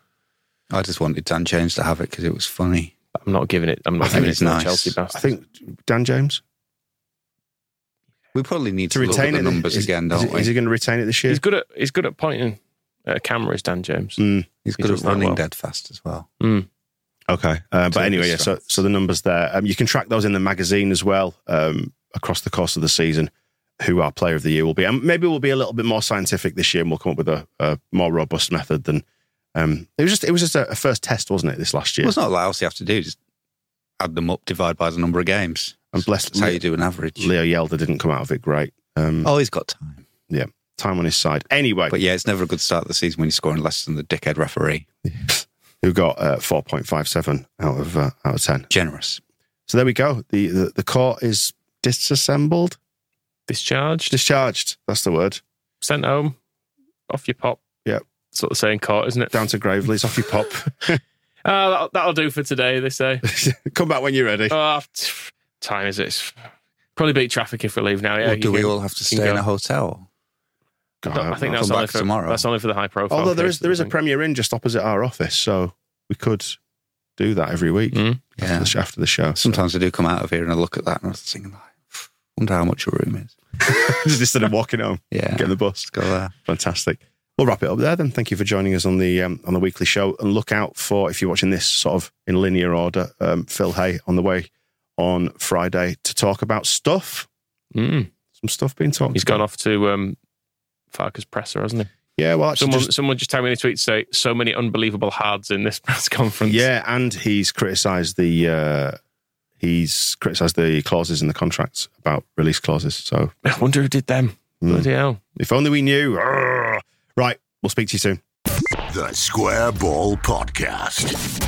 Speaker 3: I just wanted Dan James to have it because it was funny.
Speaker 2: I'm not giving it. I'm
Speaker 3: I
Speaker 2: not
Speaker 3: think
Speaker 2: giving it
Speaker 3: it's
Speaker 2: to the
Speaker 3: nice.
Speaker 2: Chelsea
Speaker 1: I
Speaker 2: bastard.
Speaker 1: think Dan James
Speaker 3: We probably need
Speaker 1: to
Speaker 3: to, look at
Speaker 1: retain
Speaker 3: the
Speaker 1: it
Speaker 3: numbers
Speaker 1: is,
Speaker 3: again,
Speaker 1: Is,
Speaker 3: don't
Speaker 1: he-
Speaker 3: we?
Speaker 1: is he going to retain it this year?
Speaker 2: he's good at he's good at pointing at a camera. Is Dan James?
Speaker 1: Mm,
Speaker 3: He's
Speaker 2: he
Speaker 3: good
Speaker 2: does
Speaker 3: at
Speaker 2: that
Speaker 3: running
Speaker 2: well.
Speaker 3: dead fast as well.
Speaker 1: okay, um, but
Speaker 3: Totally
Speaker 1: anyway, yeah, so
Speaker 3: strong.
Speaker 1: so the numbers there. Um, you can track those in the magazine as well um, across the course of the season. Who our player of the year will be, and maybe we'll be a little bit more scientific this year, and we'll come up with a, a more robust method than. Um, it was just it was just a, a first test, wasn't it? This last year,
Speaker 3: Well, it's not a lot else you have to do. Just add them up, divide by the number of games.
Speaker 1: and blessed
Speaker 3: That's how you do an average.
Speaker 1: Leo Yelder didn't come out of it great. Um,
Speaker 3: Oh, he's got time.
Speaker 1: Time on his side. Anyway,
Speaker 3: But yeah, it's never a good start of the season when you're scoring less than the dickhead referee.
Speaker 1: who got uh, 4.57 out of uh, out of 10.
Speaker 3: Generous.
Speaker 1: So there we go. The, the the court is disassembled,
Speaker 2: Discharged,
Speaker 1: discharged. That's the word.
Speaker 2: sent home, off your pop.
Speaker 1: Yeah.
Speaker 2: sort of saying caught, isn't it?
Speaker 1: Down to Gravely's, off you pop.
Speaker 2: Ah, that'll, that'll do for today. They say.
Speaker 1: Come back when you're ready.
Speaker 2: oh, t- time is it? It's Probably beat traffic if we leave now. Yeah,
Speaker 3: Or
Speaker 2: you
Speaker 3: do we
Speaker 2: can-
Speaker 3: all have to
Speaker 2: you can
Speaker 3: stay in
Speaker 2: go.
Speaker 3: a hotel?
Speaker 1: God,
Speaker 2: I, think
Speaker 1: know.
Speaker 2: that's
Speaker 3: come
Speaker 2: only
Speaker 3: back
Speaker 2: for
Speaker 3: tomorrow.
Speaker 2: That's only for the high profile.
Speaker 1: Although there
Speaker 2: cases,
Speaker 1: is there is
Speaker 2: I
Speaker 1: a
Speaker 2: think.
Speaker 1: Premier Inn just opposite our office, so we could do that every week
Speaker 2: Mm.
Speaker 3: Yeah.
Speaker 1: after the show.
Speaker 3: Sometimes I do come out of here and I look at that and I'm thinking, like, wonder how much your room is.
Speaker 1: just instead of walking home,
Speaker 3: Yeah.
Speaker 1: getting the bus.
Speaker 3: Let's go there.
Speaker 1: Fantastic. We'll wrap it up there then. Thank you for joining us on the um, on the weekly show. And look out for if you're watching this sort of in linear order, um, Phil Hay on the way on Friday to talk about stuff.
Speaker 2: Mm.
Speaker 1: Some stuff being talked.
Speaker 2: He's gone off to um, Farkas presser, hasn't he?
Speaker 1: Yeah, well, actually,
Speaker 2: Someone,
Speaker 1: just-
Speaker 2: someone just tagged me in a tweet to say so many unbelievable hards in this press conference.
Speaker 1: yeah, and he's criticised the uh, he's criticised the clauses in the contracts about release clauses. So
Speaker 2: I wonder who did them.
Speaker 1: Mm.
Speaker 2: Bloody hell.
Speaker 1: if only we knew. Arrgh. Right, we'll speak to you soon.
Speaker 6: The Square Ball Podcast.